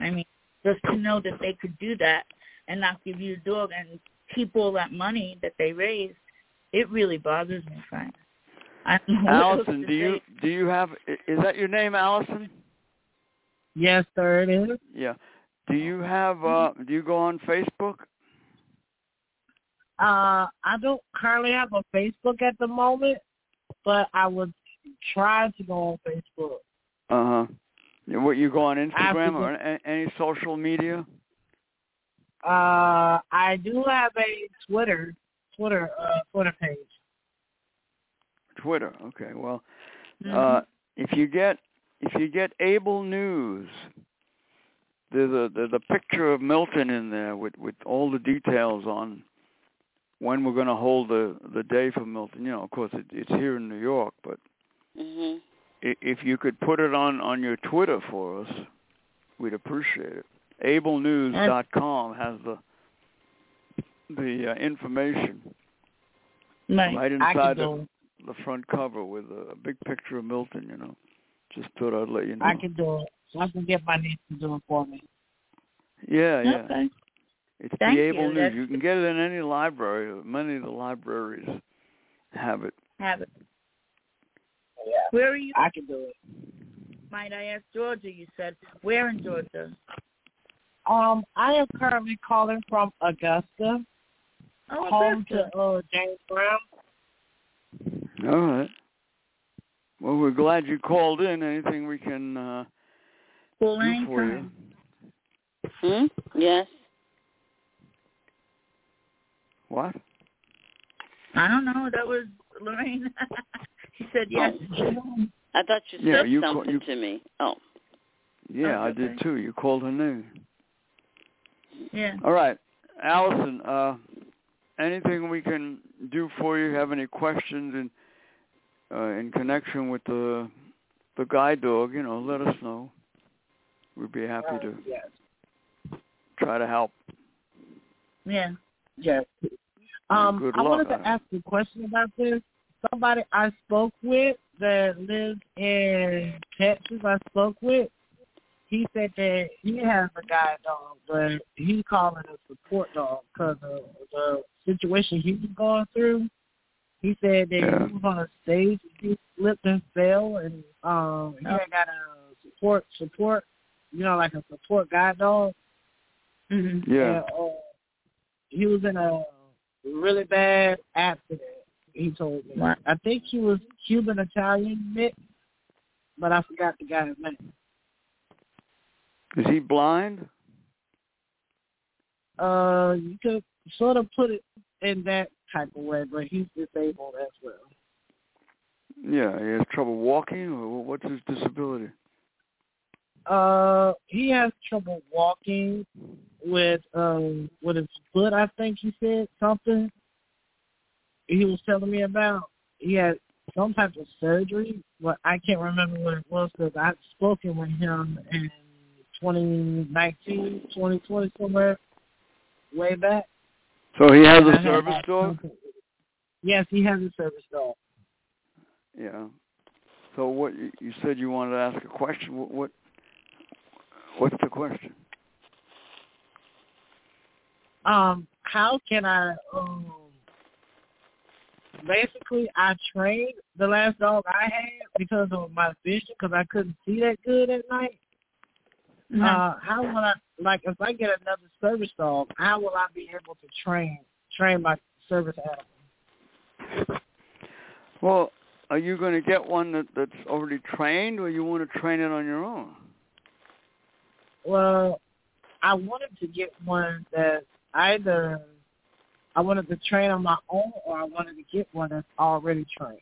Speaker 3: I mean, just to know that they could do that and not give you a dog and keep all that money that they raised, it really bothers me, Frank. I don't know what else
Speaker 2: Allison,
Speaker 3: to
Speaker 2: do you
Speaker 1: (laughs)
Speaker 3: say.
Speaker 2: do you have i- is that your name, Allison?
Speaker 1: Yes, Mm-hmm. sir, it is.
Speaker 2: Yeah. Do you have uh do you go on Facebook?
Speaker 1: Uh, I don't currently have a Facebook at the moment, but I would try to go on Facebook.
Speaker 2: Uh-huh. You- What you go on Instagram
Speaker 1: Absolutely.
Speaker 2: or a- any social media?
Speaker 1: Uh, I do have a Twitter, Twitter, uh, Twitter page.
Speaker 2: Twitter. Okay. Well, Uh,
Speaker 3: Mhm.
Speaker 1: Mm-hmm.
Speaker 2: if you get if you get Able News, there's a there's a picture of Milton in there with with all the details on when we're going to hold the the day for Milton. You know, of course, it, it's here in New York, but
Speaker 4: Mhm.
Speaker 2: i- if you could put it on on your Twitter for us, we'd appreciate it. AbleNews.com has the the uh, information
Speaker 3: Right.
Speaker 2: right
Speaker 1: I can
Speaker 2: inside the,
Speaker 1: do.
Speaker 2: the front cover with a, a big picture of Milton. You know, just thought I'd let you
Speaker 1: It.
Speaker 2: know.
Speaker 1: I can do it. I can get my niece to do it for me.
Speaker 2: Yeah, yeah.
Speaker 3: Okay.
Speaker 2: It's
Speaker 3: Thank
Speaker 2: the Able
Speaker 3: you.
Speaker 2: News.
Speaker 3: That's-
Speaker 2: You can get it in any library. Many of the libraries have it.
Speaker 3: Have it.
Speaker 1: Yeah,
Speaker 3: Where are you?
Speaker 1: I can do it.
Speaker 3: Might I ask Georgia? You said where in Georgia?
Speaker 1: Um, I am currently calling from Augusta,
Speaker 3: Oh,
Speaker 1: home
Speaker 3: Augusta.
Speaker 1: to uh, James Brown.
Speaker 2: All right. Well, we're glad you called in. Anything we can uh,
Speaker 3: Well,
Speaker 2: do for you?
Speaker 3: anytime.
Speaker 4: Hmm? Yes.
Speaker 2: What?
Speaker 3: I don't know. That was Lorraine. (laughs) she said yes.
Speaker 1: Oh,
Speaker 4: I thought you said
Speaker 2: Yeah, you call-
Speaker 4: something
Speaker 2: you-
Speaker 4: to me. Oh.
Speaker 2: Yeah,
Speaker 3: Oh,
Speaker 2: I did
Speaker 3: okay.
Speaker 2: too. You called her name.
Speaker 3: Yeah.
Speaker 2: All right, Allison. Uh, anything we can do for you? Have any questions in uh, in connection with the the guide dog? You know, let us know. We'd be happy to
Speaker 1: Yes,
Speaker 2: try to help.
Speaker 3: Yeah.
Speaker 1: yes. Um,
Speaker 2: Good
Speaker 1: I
Speaker 2: luck.
Speaker 1: wanted to ask you a question about this. Somebody I spoke with, that lives in Texas I spoke with, he said that he has a guide dog, but he calling it a support dog because of the situation he was going through. He said that
Speaker 2: Yeah.
Speaker 1: he was on a stage, he slipped and fell, and um, he had got a support support, you know, like a support guide dog.
Speaker 3: hmm
Speaker 2: Yeah.
Speaker 1: And, uh, he was in a really bad accident. He told me.
Speaker 3: Wow.
Speaker 1: I think he was Cuban Italian mix, but I forgot the guy's name.
Speaker 2: Is he blind?
Speaker 1: Uh, you could sort of put it in that type of way, but he's disabled as well.
Speaker 2: Yeah. He has trouble walking, or what's his disability?
Speaker 1: Uh, he has trouble walking with um with his foot. I think he said something. He was telling me about he had some type of surgery, but I can't remember what it was because I've spoken with him in 2019, 2020 somewhere, way back.
Speaker 2: So he has
Speaker 1: I (laughs)
Speaker 2: a
Speaker 1: had
Speaker 2: service
Speaker 1: that
Speaker 2: dog.
Speaker 1: contact with him. Yes, he has a service dog.
Speaker 2: Yeah. So what you you said you wanted to ask a question. What, what what's the question?
Speaker 1: um, how can I um basically I trained the last dog I had because of my vision because I couldn't see that good at night.
Speaker 3: Mm-hmm.
Speaker 1: Uh how will I like if I get another service dog, how will I be able to train train my service animal?
Speaker 2: Well, are you going to get one that, that's already trained, or you want to train it on your own?
Speaker 1: Well, I wanted to get one that either I wanted to train on my own or I wanted to get one that's already trained.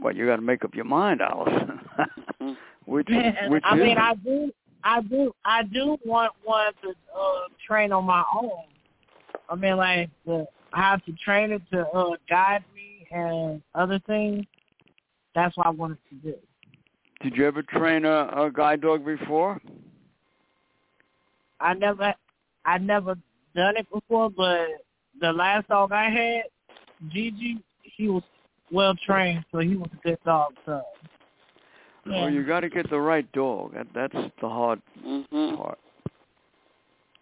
Speaker 2: Well, you got to make up your mind, Allison. (laughs) which which
Speaker 1: I
Speaker 2: is
Speaker 1: mean,
Speaker 2: it?
Speaker 1: I do, I do, I do want one to uh, train on my own. I mean, like the, I have to train it to uh, guide me and other things. That's what I wanted to do.
Speaker 2: Did you ever train a, a guide dog before?
Speaker 1: I never, I never done it before, but the last dog I had, Gigi, he was well trained, so he was a good dog. So
Speaker 2: Well, you got to get the right dog. That, that's the hard
Speaker 1: (laughs)
Speaker 4: Mhm.
Speaker 2: part.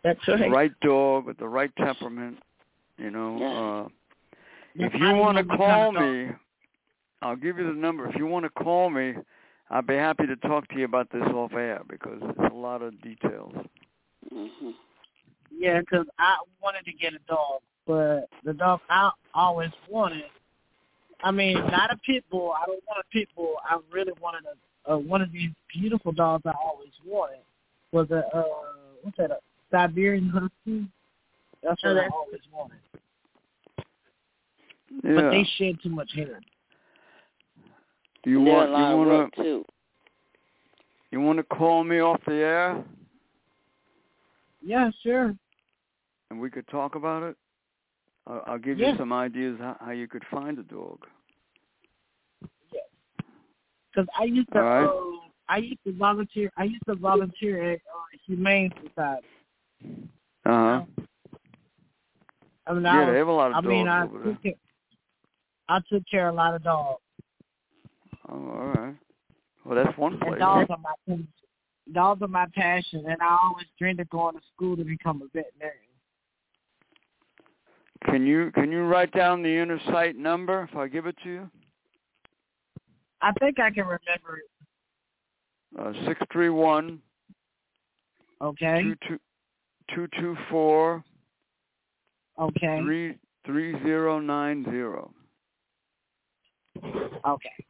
Speaker 3: That's
Speaker 2: The
Speaker 3: right.
Speaker 2: right dog with the right temperament. You know,
Speaker 4: Yeah.
Speaker 2: uh, if
Speaker 1: I
Speaker 2: you
Speaker 1: don't
Speaker 2: want
Speaker 1: know
Speaker 2: to
Speaker 1: what kind
Speaker 2: call
Speaker 1: of dog-
Speaker 2: me, I'll give you the number. If you want to call me, I'd be happy to talk to you about this off air because it's a lot of details.
Speaker 4: Mhm.
Speaker 1: Yeah, 'cause I wanted to get a dog, but the dog I always wanted. I mean, not a pit bull. I don't want a pit bull. I really wanted a, a one of these beautiful dogs I always wanted. Was a uh, what's that? A Siberian husky. That's what I
Speaker 3: Okay.
Speaker 1: always wanted. But
Speaker 2: Yeah.
Speaker 1: they shed too much hair.
Speaker 2: You
Speaker 4: They're
Speaker 2: want
Speaker 4: a
Speaker 2: you
Speaker 4: lot of
Speaker 2: want
Speaker 4: work
Speaker 2: to
Speaker 4: too.
Speaker 2: you want to call me off the air
Speaker 1: Yeah, sure.
Speaker 2: and we could talk about it. I'll, I'll give
Speaker 1: Yeah.
Speaker 2: you some ideas how, how you could find a dog.
Speaker 1: Because I used to,
Speaker 2: All right.
Speaker 1: uh, I used to volunteer. I used to volunteer at uh, Humane Society.
Speaker 2: Uh huh.
Speaker 1: I mean, I
Speaker 2: Yeah,
Speaker 1: was
Speaker 2: they have a lot of
Speaker 1: I
Speaker 2: dogs
Speaker 1: mean, I
Speaker 2: over there.
Speaker 1: took care, I took care of a lot of dogs,
Speaker 2: Oh, all right. Well, that's one
Speaker 1: and
Speaker 2: place.
Speaker 1: dogs are my passion. Dogs are my passion, and I always dreamed of going to school to become a veterinarian.
Speaker 2: Can you can you write down the inner site number if I give it to you?
Speaker 1: I think I can remember it.
Speaker 2: Uh, six three one
Speaker 1: Okay,
Speaker 2: two two two two four
Speaker 1: okay,
Speaker 2: three three zero nine zero.
Speaker 1: okay,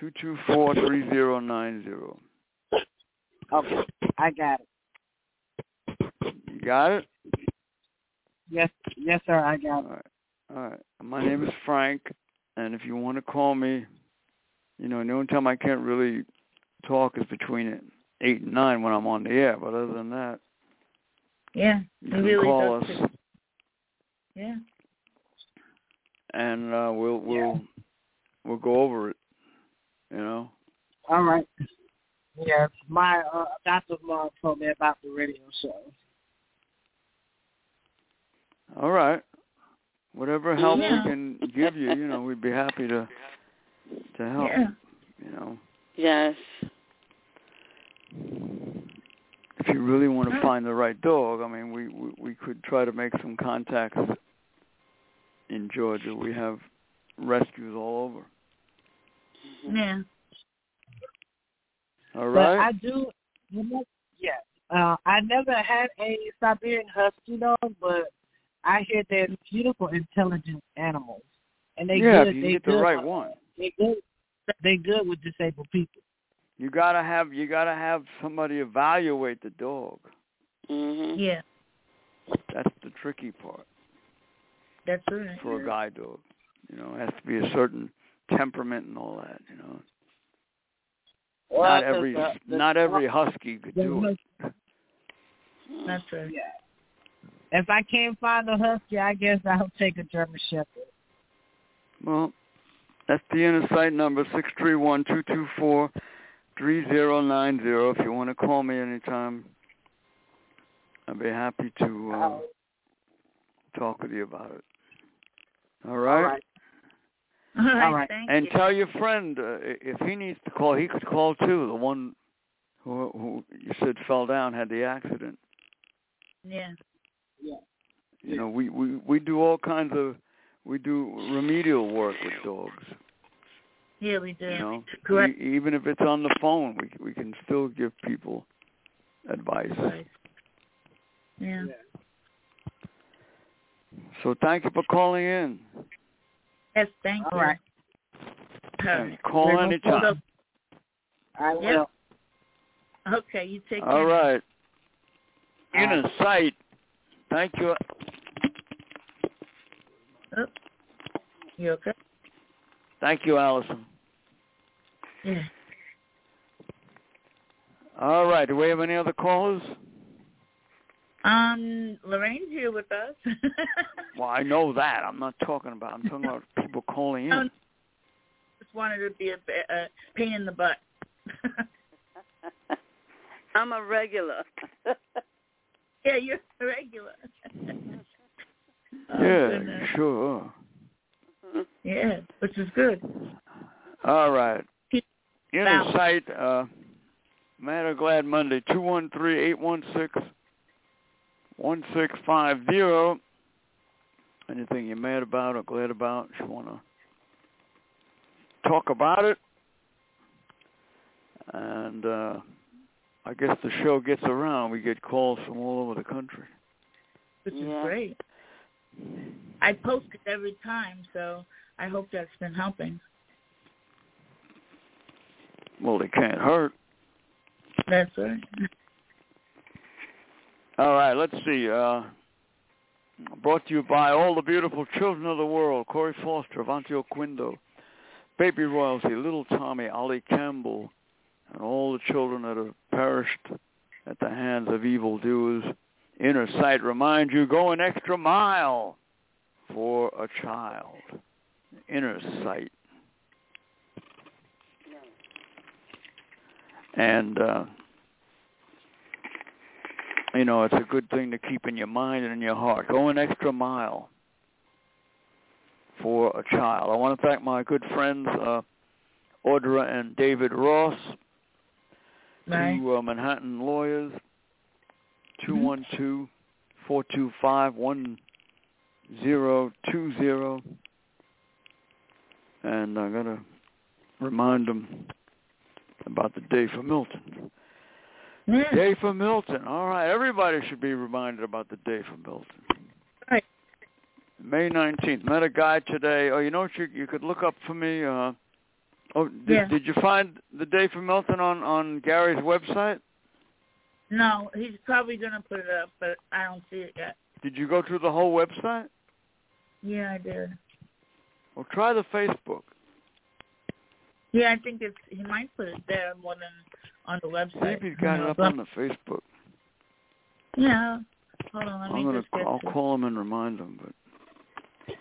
Speaker 2: Two two four three zero nine zero.
Speaker 1: okay. I got it.
Speaker 2: You got it?
Speaker 1: Yes, yes, sir. I got
Speaker 2: All
Speaker 1: it.
Speaker 2: right. All right. My name is Frank, and if you want to call me, you know, the only time I can't really talk is between eight and nine when I'm on the air. But other than that,
Speaker 3: Yeah.
Speaker 2: you
Speaker 3: It
Speaker 2: can
Speaker 3: really
Speaker 2: call
Speaker 3: does
Speaker 2: us,
Speaker 3: Yeah.
Speaker 2: and uh, we'll we'll we'll go over it. You know.
Speaker 1: All right. Yes, my uh, adoptive mom told me about the radio show.
Speaker 2: All right. Whatever help
Speaker 3: Yeah.
Speaker 2: we can give you, you know, we'd be happy to to help.
Speaker 3: Yeah.
Speaker 2: You know,
Speaker 4: Yes.
Speaker 2: if you really want to
Speaker 3: Yeah.
Speaker 2: find the right dog, I mean, we, we we could try to make some contacts in Georgia. We have rescues all over.
Speaker 3: Yeah.
Speaker 2: All
Speaker 1: But
Speaker 2: right.
Speaker 1: I do. Yes. Uh, I never had a Siberian Husky dog, but I hear they're beautiful, intelligent animals, and they
Speaker 2: yeah,
Speaker 1: good.
Speaker 2: if you
Speaker 1: they
Speaker 2: get
Speaker 1: good.
Speaker 2: the right
Speaker 1: with-
Speaker 2: one.
Speaker 1: They good. They good with disabled people.
Speaker 2: You gotta have you gotta have somebody evaluate the dog.
Speaker 4: Mhm.
Speaker 3: Yeah.
Speaker 2: That's the tricky part
Speaker 3: That's right.
Speaker 2: for
Speaker 1: Mm-hmm.
Speaker 2: a guide dog. You know, it has to be a certain temperament and all that. You know,
Speaker 1: Well,
Speaker 2: not
Speaker 1: 'cause
Speaker 2: every
Speaker 1: the- the
Speaker 2: not
Speaker 1: dog-
Speaker 2: every husky could
Speaker 1: the
Speaker 2: do it.
Speaker 4: Mm-hmm.
Speaker 3: That's right.
Speaker 1: Yeah. If I can't find a husky, I guess I'll take a German Shepherd.
Speaker 2: Well, that's the inner site number six three one two two four three zero nine zero. If you want to call me anytime, I'd be happy to uh,
Speaker 1: Uh,
Speaker 2: talk with you about it.
Speaker 1: all right.
Speaker 3: All right.
Speaker 1: right.
Speaker 3: Thank
Speaker 2: And
Speaker 3: you.
Speaker 2: tell your friend uh, i- if he needs to call, he could call too. The one who, who you said fell down had the accident.
Speaker 3: yeah.
Speaker 2: You know, we we we do all kinds of we do remedial work with dogs.
Speaker 3: Yeah, we do.
Speaker 2: You know,
Speaker 3: Correct.
Speaker 2: E- even if it's on the phone, we we can still give people advice.
Speaker 3: Right. Yeah.
Speaker 2: So thank you for calling in.
Speaker 3: Yes, thank
Speaker 1: All
Speaker 3: you.
Speaker 1: right.
Speaker 3: All right.
Speaker 2: Call
Speaker 1: We're gonna
Speaker 2: anytime.
Speaker 1: I
Speaker 3: Yeah.
Speaker 1: will.
Speaker 3: Okay, you take
Speaker 2: All
Speaker 3: care.
Speaker 2: right.
Speaker 1: All
Speaker 2: In
Speaker 1: right.
Speaker 2: a sight. Thank you.
Speaker 3: You okay?
Speaker 2: Thank you, Allison.
Speaker 3: Yeah.
Speaker 2: All right. Do we have any other callers?
Speaker 3: Um, Lorraine's here with us. (laughs)
Speaker 2: Well, I know that. I'm not talking about. I'm talking about people calling
Speaker 3: Oh,
Speaker 2: in.
Speaker 3: Just wanted to be a, ba- a pain in the butt. (laughs)
Speaker 4: I'm a regular. (laughs)
Speaker 3: yeah, you're a regular. (laughs) Oh,
Speaker 2: yeah,
Speaker 3: goodness.
Speaker 2: you sure. are.
Speaker 3: Yeah, which is good.
Speaker 2: All right.
Speaker 3: Keep
Speaker 2: In a
Speaker 3: balance.
Speaker 2: sight. Uh, Matter Glad Monday. Two one three eight one six one six five zero. Anything you're mad about or glad about? If you want to talk about it, and uh, I guess the show gets around. We get calls from all over the country.
Speaker 3: which
Speaker 4: Yeah.
Speaker 3: is great. I post it every time, so I hope that's been helping.
Speaker 2: Well, they can't hurt.
Speaker 3: That's right.
Speaker 2: All right, let's see. Uh, brought to you by all the beautiful children of the world, Corey Foster, Avanti Quindo, Baby Royalty, Little Tommy, Ollie Campbell, and all the children that have perished at the hands of evildoers. Inner Sight reminds you, go an extra mile for a child. Inner Sight. And... Uh, you know, it's a good thing to keep in your mind and in your heart. Go an extra mile for a child. I want to thank my good friends uh, Audra and David Ross,
Speaker 3: Right.
Speaker 2: two uh, Manhattan lawyers, two one two four two five one zero two zero, and I gotta remind them about the day for Milton.
Speaker 3: Yeah.
Speaker 2: Day for Milton. All right, everybody should be reminded about the day for Milton.
Speaker 3: Right.
Speaker 2: May nineteenth. Met a guy today. Oh, you know what? You you could look up for me. Uh, oh, did,
Speaker 3: Yeah.
Speaker 2: did you find the day for Milton on on Gary's website?
Speaker 3: No, he's probably gonna put it up, but I don't see it yet.
Speaker 2: Did you go through the whole website?
Speaker 3: Yeah, I did.
Speaker 2: Well, try the Facebook.
Speaker 3: Yeah, I think it's he might put it there more than on the
Speaker 2: See
Speaker 3: website.
Speaker 2: if he's got it up on the Facebook.
Speaker 3: Yeah. Hold on, let me
Speaker 2: I'm gonna
Speaker 3: just get
Speaker 2: I'll
Speaker 3: to it.
Speaker 2: call him and remind him. But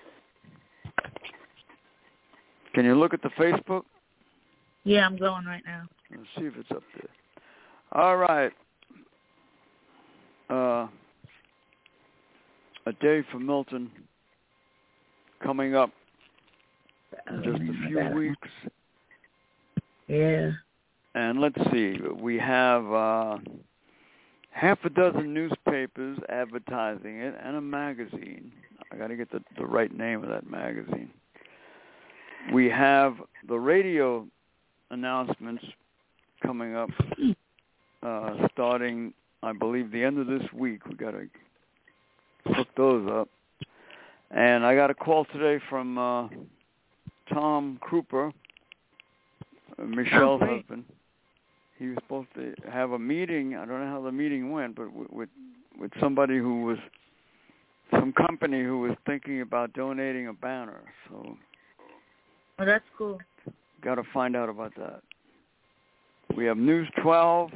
Speaker 2: can you look at the Facebook?
Speaker 3: Yeah, I'm going right now.
Speaker 2: Let's see if it's up there. All right. Uh, a day for
Speaker 1: Mm,
Speaker 2: Milton coming up in just a few weeks.
Speaker 3: Yeah.
Speaker 2: And let's see, we have uh, half a dozen newspapers advertising it and a magazine. I got to get the, the right name of that magazine. We have the radio announcements coming up uh, starting, I believe, the end of this week. We got to hook those up. And I got a call today from uh, Tom Cooper, uh, Michelle's
Speaker 3: Oh, great.
Speaker 2: husband. He was supposed to have a meeting. I don't know how the meeting went, but with with, with somebody who was some company who was thinking about donating a banner. So
Speaker 3: Well, Oh, that's cool.
Speaker 2: got to find out about that. We have News 12,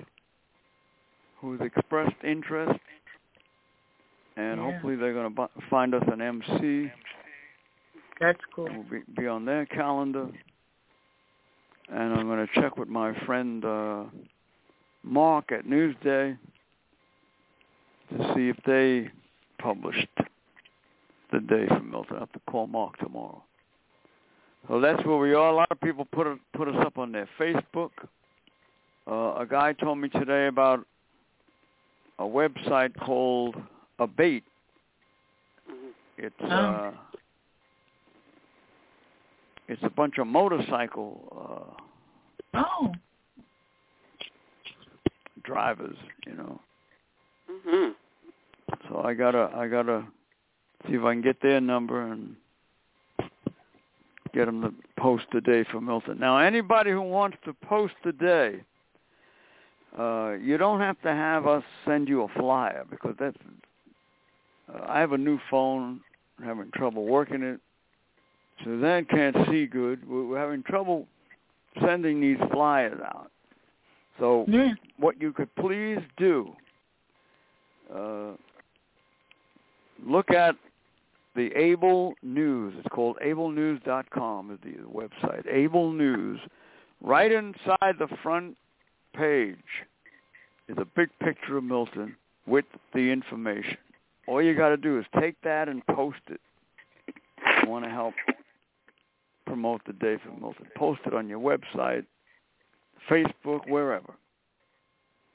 Speaker 2: who's expressed interest, and
Speaker 3: Yeah.
Speaker 2: hopefully they're going to find us an MC.
Speaker 3: That's cool.
Speaker 2: will be, be on their calendar. And I'm going to check with my friend uh, Mark at Newsday to see if they published the day for Milton. I have to call Mark tomorrow. So that's where we are. A lot of people put us- put us up on their Facebook. Uh, a guy told me today about a website called Abate. It's
Speaker 3: Oh.
Speaker 2: uh, it's a bunch of motorcycle uh,
Speaker 3: Oh.
Speaker 2: drivers, you know.
Speaker 4: Mhm.
Speaker 2: So I gotta I gotta see if I can get their number and get them to post the day for Milton. Now anybody who wants to post the day, uh, you don't have to have us send you a flyer because that's. Uh, I have a new phone, I'm having trouble working it. Suzanne can't see good. We're, we're having trouble sending these flyers out. So
Speaker 3: Yeah.
Speaker 2: what you could please do, uh, look at the Able News. It's called ablenews.com is the website. Able News. Right inside the front page is a big picture of Milton with the information. All you got to do is take that and post it. If you want to help promote the day for Milton. Post it on your website, Facebook, wherever.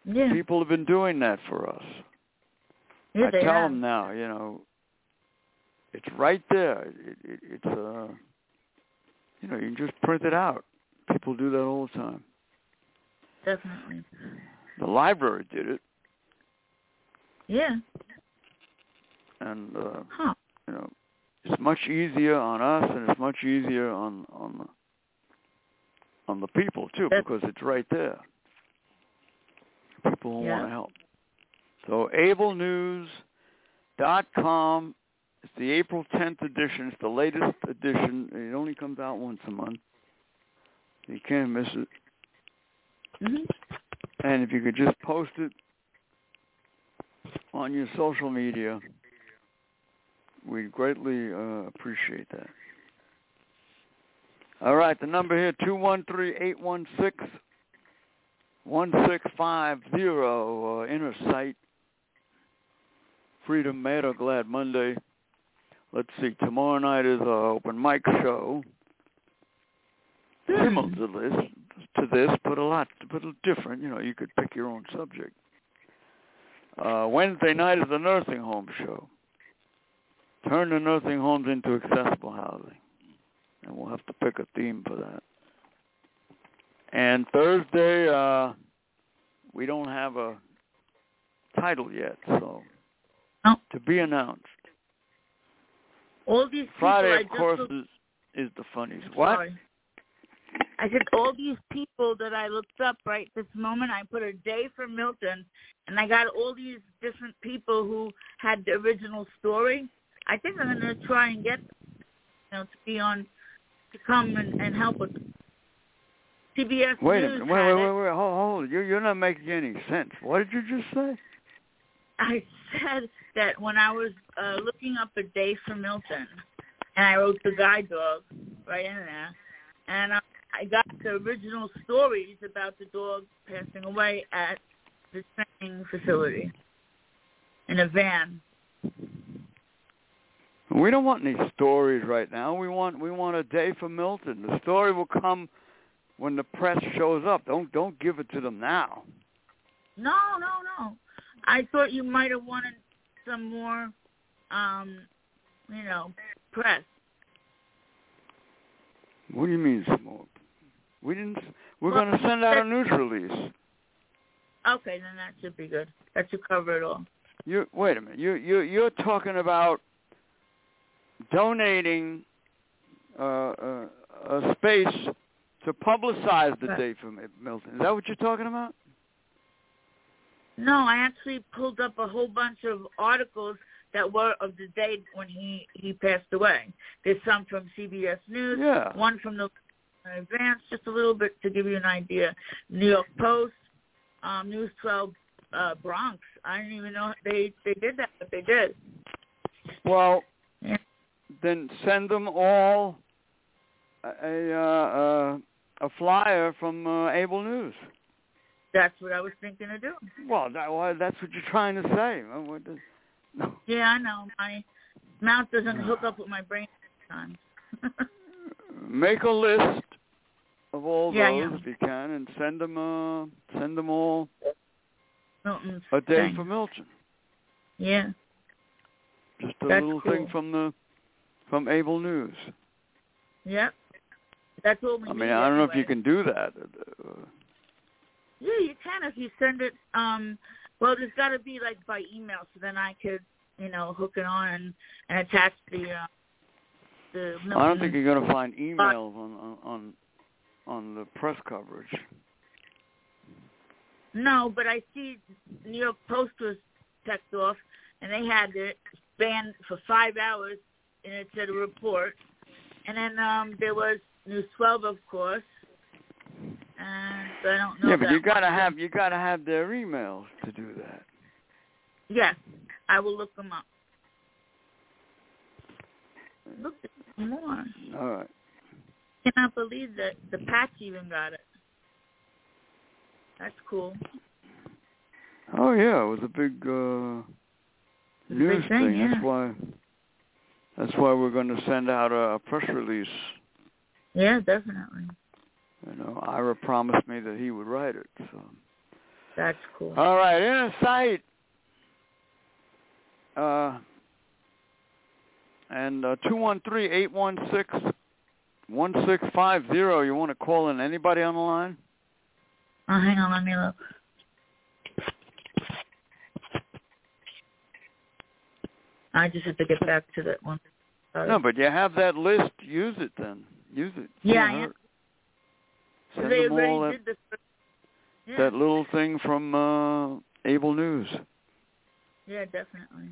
Speaker 3: Yeah.
Speaker 2: People have been doing that for us.
Speaker 3: Yeah,
Speaker 2: I
Speaker 3: they
Speaker 2: tell
Speaker 3: are.
Speaker 2: them now, you know, it's right there. It, it, it's uh, you know, you can just print it out. People do that all the time.
Speaker 3: Definitely.
Speaker 2: The library did it,
Speaker 3: Yeah.
Speaker 2: and uh,
Speaker 3: Huh.
Speaker 2: you know, it's much easier on us, and it's much easier on on the, on the people too,
Speaker 3: That's-
Speaker 2: because it's right there. People who
Speaker 3: Yeah.
Speaker 2: want to help. So ablenews.com. It's the April 10th edition. It's the latest edition. It only comes out once a month. You can't miss it.
Speaker 3: Mhm.
Speaker 2: And if you could just post it on your social media, we greatly uh, appreciate that. All right, the number here, 213-816-1650, uh, Inner Sight, Freedom Matter, Glad Monday. Let's see, tomorrow night is our open mic show. Similar to this, to this, but a lot, but a different. You know, you could pick your own subject. Uh, Wednesday night is the nursing home show. Turn the nursing homes into accessible housing. And we'll have to pick a theme for that. And Thursday, uh, we don't have a title yet, so
Speaker 3: Oh.
Speaker 2: to be announced.
Speaker 3: All these people, I
Speaker 2: Friday, of
Speaker 3: just
Speaker 2: course,
Speaker 3: looked-
Speaker 2: is, is the funniest.
Speaker 3: I'm
Speaker 2: What?
Speaker 3: sorry. I said all these people that I looked up right this moment. I put a day for Milton, and I got all these different people who had the original story. I think I'm going to try and get them, you know, to be on to come and, and help us. CBS
Speaker 2: Wait a
Speaker 3: News
Speaker 2: minute. Wait,
Speaker 3: had
Speaker 2: wait,
Speaker 3: it.
Speaker 2: wait, wait. Hold, hold. You're, you're not making any sense. What did you just say?
Speaker 3: I said that when I was uh, looking up a day for Milton, and I wrote the guide dog right in there, and I, I got the original stories about the dog passing away at the training facility in a van.
Speaker 2: We don't want any stories right now. We want we want a day for Milton. The story will come when the press shows up. Don't don't give it to them now.
Speaker 3: No, no, no. I thought you might have wanted some more, um, you know, press.
Speaker 2: What do you mean some more? We didn't. We're
Speaker 3: Well,
Speaker 2: going to send out a
Speaker 3: that-
Speaker 2: news release.
Speaker 3: Okay, then that should be good. That should cover it all.
Speaker 2: You wait a minute. You you you're talking about donating uh, uh, a space to publicize the
Speaker 3: Right.
Speaker 2: day for Mi- Milton. Is that what you're talking about?
Speaker 3: No, I actually pulled up a whole bunch of articles that were of the day when he he passed away. There's some from CBS News,
Speaker 2: Yeah.
Speaker 3: one from the Advance, just a little bit to give you an idea. New York Post, um, News 12, uh, Bronx. I didn't even know they they did that, but they did.
Speaker 2: Well,
Speaker 3: Yeah.
Speaker 2: then send them all a a, uh, uh, a flyer from uh, Able News.
Speaker 3: That's what I was thinking of doing.
Speaker 2: Well, that, well, that's what you're trying to say. Uh, What does, (laughs) no.
Speaker 3: Yeah, I know my mouth doesn't hook up with my brain sometimes. (laughs)
Speaker 2: Make a list of all
Speaker 3: Yeah,
Speaker 2: those
Speaker 3: yeah.
Speaker 2: if you can, and send them. Uh, send them all
Speaker 3: Milton's
Speaker 2: a day
Speaker 3: thing.
Speaker 2: for Milton.
Speaker 3: Yeah.
Speaker 2: Just a
Speaker 3: That's
Speaker 2: little thing
Speaker 3: cool.
Speaker 2: from the from Able News.
Speaker 3: Yep. That's all we
Speaker 2: I
Speaker 3: need
Speaker 2: mean, I don't know if you
Speaker 3: anyway.
Speaker 2: can do that. Uh,
Speaker 3: Yeah, you can if you send it. Um, well, there's got to be like by email, so then I could, you know, hook it on and, and attach the uh, the.
Speaker 2: I don't think you're going to find emails on on- on on the press coverage.
Speaker 3: No, but I see New York Post was checked off, and they had it banned for five hours, and it said report. And then um, there was News 12, of course, and I don't know.
Speaker 2: yeah, but
Speaker 3: that
Speaker 2: you got to
Speaker 3: one.
Speaker 2: have you got to have their emails to do that.
Speaker 3: Yes, I will look them up. Look at them more.
Speaker 2: All right.
Speaker 3: Cannot believe that the patch even got it. That's cool.
Speaker 2: Oh yeah, it was a big uh,
Speaker 3: It's a
Speaker 2: news
Speaker 3: big thing, yeah.
Speaker 2: That's why. That's why we're going to send out a, a press release.
Speaker 3: Yeah, definitely.
Speaker 2: You know, Ira promised me that he would write it. So.
Speaker 3: That's cool.
Speaker 2: All right, inner sight. Uh, and uh, two one three eight one six one six five zero. You want to call in anybody on the line?
Speaker 3: Oh, hang on, let me look. I just have to get back to that one. Sorry.
Speaker 2: No, but you have that list. Use it then. Use it.
Speaker 3: Yeah,
Speaker 2: Can't
Speaker 3: I am.
Speaker 2: hurt. Send
Speaker 3: they
Speaker 2: them all
Speaker 3: already
Speaker 2: that,
Speaker 3: did this. for- Yeah,
Speaker 2: that little thing from uh, Able News.
Speaker 3: yeah, definitely.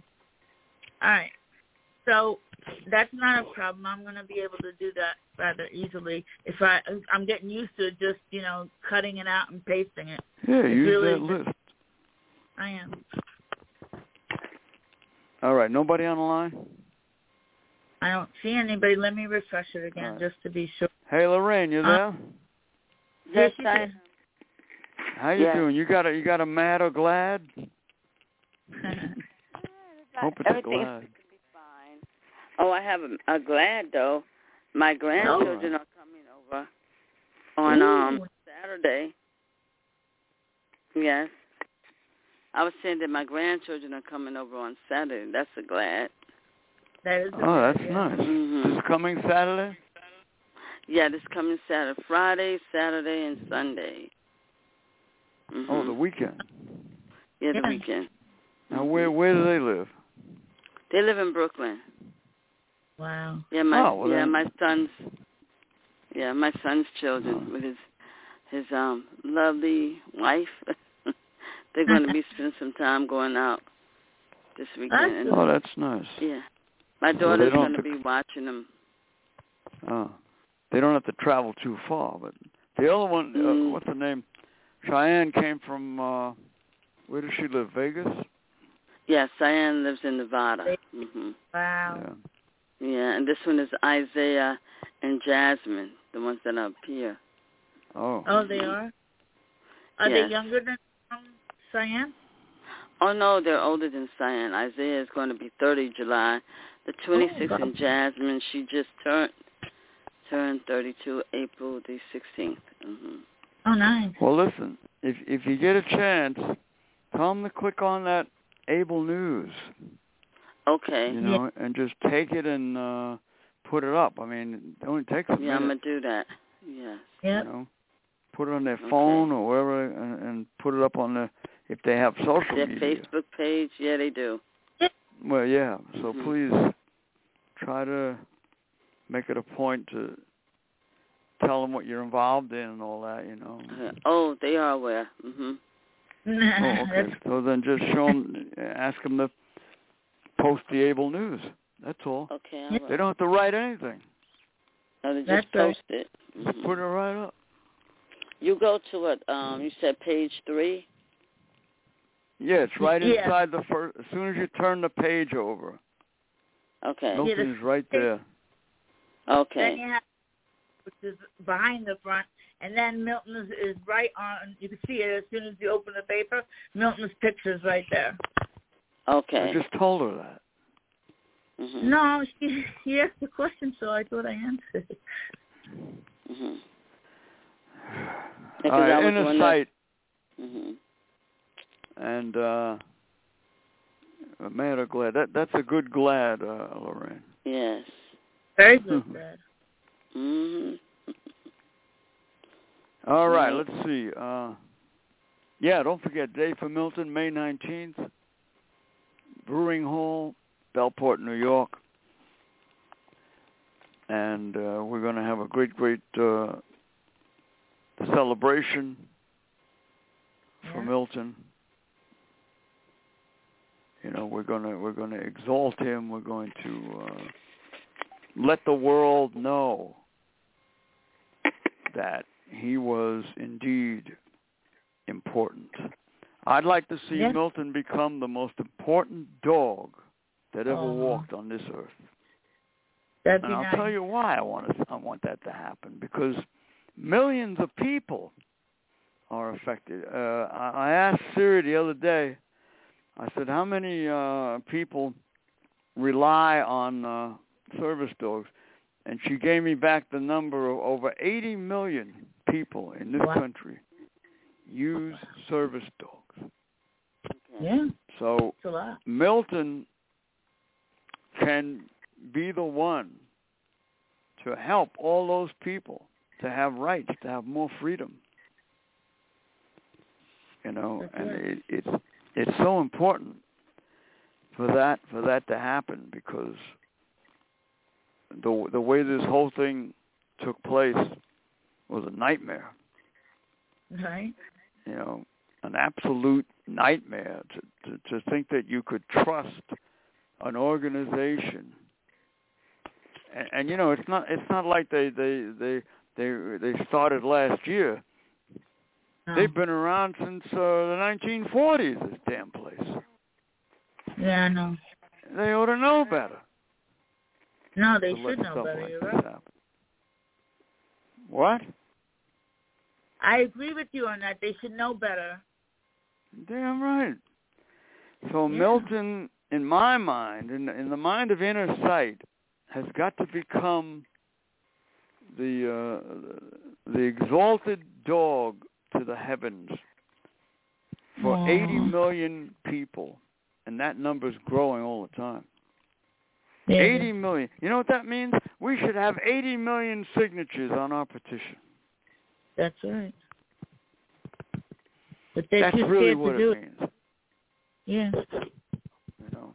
Speaker 3: All right. So that's not a problem. I'm going to be able to do that rather easily. If I, I'm getting used to just you know cutting it out and pasting it.
Speaker 2: Yeah,
Speaker 3: It
Speaker 2: use
Speaker 3: really
Speaker 2: that
Speaker 3: is.
Speaker 2: list.
Speaker 3: I am.
Speaker 2: All right, nobody on the line.
Speaker 3: I don't see anybody. Let me refresh it again
Speaker 2: All right.
Speaker 3: just to be sure.
Speaker 2: Hey, Lorraine, you
Speaker 3: Uh,
Speaker 2: there?
Speaker 4: Yes,
Speaker 3: she
Speaker 4: I.
Speaker 3: did.
Speaker 2: How you
Speaker 4: yeah.
Speaker 2: doing? You got a you got a mad or glad? Hope it's a
Speaker 4: Everything's
Speaker 2: glad.
Speaker 4: fine. Oh, I have a, a glad though. My grandchildren are coming over on um
Speaker 3: Ooh.
Speaker 4: Saturday. Yes. I was saying that my grandchildren are coming over on Saturday. That's a glad.
Speaker 3: that is. a
Speaker 2: Oh,
Speaker 3: good
Speaker 2: that's
Speaker 3: idea.
Speaker 2: nice.
Speaker 4: Mhm.
Speaker 2: This coming Saturday?
Speaker 4: Yeah, this coming Saturday, Friday, Saturday, and Sunday. Mhm.
Speaker 2: Oh, the weekend.
Speaker 4: yeah, the
Speaker 3: Yeah.
Speaker 4: weekend.
Speaker 2: Now, where where do they live?
Speaker 4: They live in Brooklyn.
Speaker 3: Wow.
Speaker 4: Yeah, my
Speaker 2: Oh, well
Speaker 4: yeah,
Speaker 2: then-
Speaker 4: my son's yeah, my son's children
Speaker 2: Oh.
Speaker 4: with his his um lovely wife. (laughs) They're going to be spending some time going out this weekend. And-
Speaker 2: Oh, that's nice.
Speaker 4: yeah, my
Speaker 2: So they
Speaker 4: daughter's
Speaker 2: don't
Speaker 4: going to
Speaker 2: have
Speaker 4: be
Speaker 2: to-
Speaker 4: watching them.
Speaker 2: Oh, they don't have to travel too far. But the other one, uh,
Speaker 4: Mm.
Speaker 2: what's her name? Cheyenne came from. uh Where does she live? Vegas.
Speaker 4: Yeah, Cyan lives in Nevada. hmm
Speaker 3: Wow.
Speaker 2: Yeah.
Speaker 4: Yeah, and this one is Isaiah and Jasmine, the ones that are up here.
Speaker 2: Oh.
Speaker 3: Oh, they are. Are
Speaker 4: Yes.
Speaker 3: they younger than um, Cyan?
Speaker 4: Oh no, they're older than Cyan. Isaiah is going to be thirty July. The twenty sixth
Speaker 2: Oh,
Speaker 4: and Jasmine, she just turned turned thirty two April the sixteenth. hmm
Speaker 3: Oh, nice.
Speaker 2: Well, listen, if if you get a chance, tell them to click on that Able News,
Speaker 4: Okay.
Speaker 2: you know, and just take it and uh put it up. I mean, it only takes a
Speaker 4: Yeah, I'm
Speaker 2: minute,
Speaker 4: gonna do that. Yes.
Speaker 3: Yep.
Speaker 2: you know. Put it on their
Speaker 4: Okay.
Speaker 2: phone or wherever, and, and put it up on the if they have social
Speaker 4: Their
Speaker 2: media.
Speaker 4: Facebook page, yeah, they do.
Speaker 2: Well, yeah. So
Speaker 4: Mhm.
Speaker 2: please try to make it a point to tell them what you're involved in and all that, you know.
Speaker 4: Yeah. Oh, they are aware. Mhm.
Speaker 2: Oh, okay.
Speaker 3: (laughs)
Speaker 4: (laughs)
Speaker 3: That's-
Speaker 2: So then just show them, ask them to post the able news. That's all.
Speaker 4: Okay. I
Speaker 3: Yeah.
Speaker 4: will.
Speaker 2: They don't have to write anything.
Speaker 4: No, they just
Speaker 3: That's right.
Speaker 4: post it.
Speaker 2: Just
Speaker 4: Mhm.
Speaker 2: put it right up.
Speaker 4: You go to what? Um, you said page three.
Speaker 2: Yeah, it's right
Speaker 3: Yeah.
Speaker 2: inside the first. As soon as you turn the page over,
Speaker 4: Okay.
Speaker 3: Nope.
Speaker 2: Milton's right there.
Speaker 3: Then
Speaker 4: Okay.
Speaker 3: you have, which is behind the front, and then Milton is, is right on. You can see it as soon as you open the paper. Milton's picture is right there.
Speaker 4: Okay.
Speaker 2: I just told her that. Mm-hmm.
Speaker 4: Mhm.
Speaker 3: No, she, (laughs) she asked the question, so I thought I answered.
Speaker 2: (laughs)
Speaker 3: it.
Speaker 4: Mhm.
Speaker 2: all
Speaker 4: Because I
Speaker 2: right,
Speaker 4: was
Speaker 2: inner
Speaker 4: wondering-
Speaker 2: sight
Speaker 4: Mhm.
Speaker 2: and uh, man, glad. That that's a good glad, uh, Lorraine.
Speaker 4: Yes.
Speaker 3: Very good, Dad.
Speaker 4: Mhm.
Speaker 2: All right,
Speaker 4: Mhm.
Speaker 2: let's see. Uh, yeah, don't forget Day for Milton, May nineteenth, Brewing Hall, Bellport, New York, and uh, we're going to have a great, great uh, celebration for
Speaker 3: Yeah.
Speaker 2: Milton. You know, we're gonna we're gonna exalt him. We're going to uh, let the world know that he was indeed important. I'd like to see
Speaker 3: Yeah.
Speaker 2: Milton become the most important dog that ever
Speaker 3: Aw.
Speaker 2: walked on this earth.
Speaker 3: That'd be
Speaker 2: And I'll
Speaker 3: nice.
Speaker 2: tell you why I want to, I want that to happen because millions of people are affected. Uh, I, I asked Siri the other day. I said, "How many uh, people rely on uh, service dogs?" And she gave me back the number of over 80 million people in this
Speaker 3: Wow.
Speaker 2: country use service dogs.
Speaker 4: Okay.
Speaker 3: Yeah,
Speaker 2: So
Speaker 3: it's a lot.
Speaker 2: Milton can be the one to help all those people to have rights, to have more freedom. You know,
Speaker 3: That's
Speaker 2: and
Speaker 3: right.
Speaker 2: it, it's it's so important for that for that to happen because the the way this whole thing took place was a nightmare
Speaker 3: Right?
Speaker 2: you know, an absolute nightmare to, to, to think that you could trust an organization. And, and you know, it's not it's not like they they they they they started last year.
Speaker 3: No.
Speaker 2: They've been around since uh, the 1940s. This damn place.
Speaker 3: Yeah, I know.
Speaker 2: They ought to know better.
Speaker 3: No, they
Speaker 2: to let
Speaker 3: should know
Speaker 2: stuff
Speaker 3: better.
Speaker 2: like
Speaker 3: You're
Speaker 2: this
Speaker 3: right.
Speaker 2: happen. What?
Speaker 3: I agree with you on that. They should know better.
Speaker 2: Damn right. So
Speaker 3: Yeah.
Speaker 2: Milton, in my mind, in in the mind of inner sight, has got to become the uh, the exalted dog to the heavens for
Speaker 3: Aw.
Speaker 2: 80 million people, and that number's growing all the time.
Speaker 3: Yeah,
Speaker 2: 80 million. You know what that means? We should have 80 million signatures on our petition.
Speaker 3: That's right. But they're
Speaker 2: That's
Speaker 3: too
Speaker 2: really
Speaker 3: scared
Speaker 2: what
Speaker 3: to
Speaker 2: it
Speaker 3: do it.
Speaker 2: means.
Speaker 3: Yeah.
Speaker 2: you know.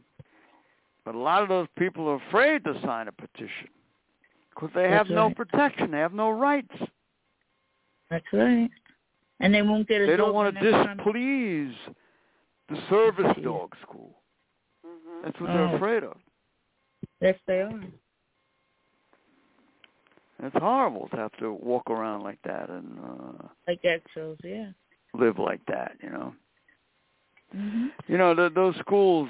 Speaker 2: But a lot of those people are afraid to sign a petition because they have
Speaker 3: That's
Speaker 2: no
Speaker 3: right.
Speaker 2: protection, they have no rights.
Speaker 3: That's right. And they won't get a
Speaker 2: They
Speaker 3: dog
Speaker 2: don't want
Speaker 3: the
Speaker 2: to
Speaker 3: next time.
Speaker 2: displease the service
Speaker 3: Yeah.
Speaker 2: dog school.
Speaker 4: Mhm.
Speaker 2: That's what they're
Speaker 3: Oh.
Speaker 2: afraid of.
Speaker 3: Yes, they are.
Speaker 2: And It's horrible to have to walk around like that and uh,
Speaker 3: Like that shows, yeah.
Speaker 2: live like that, you know.
Speaker 3: Mm-hmm.
Speaker 2: You know, th those schools,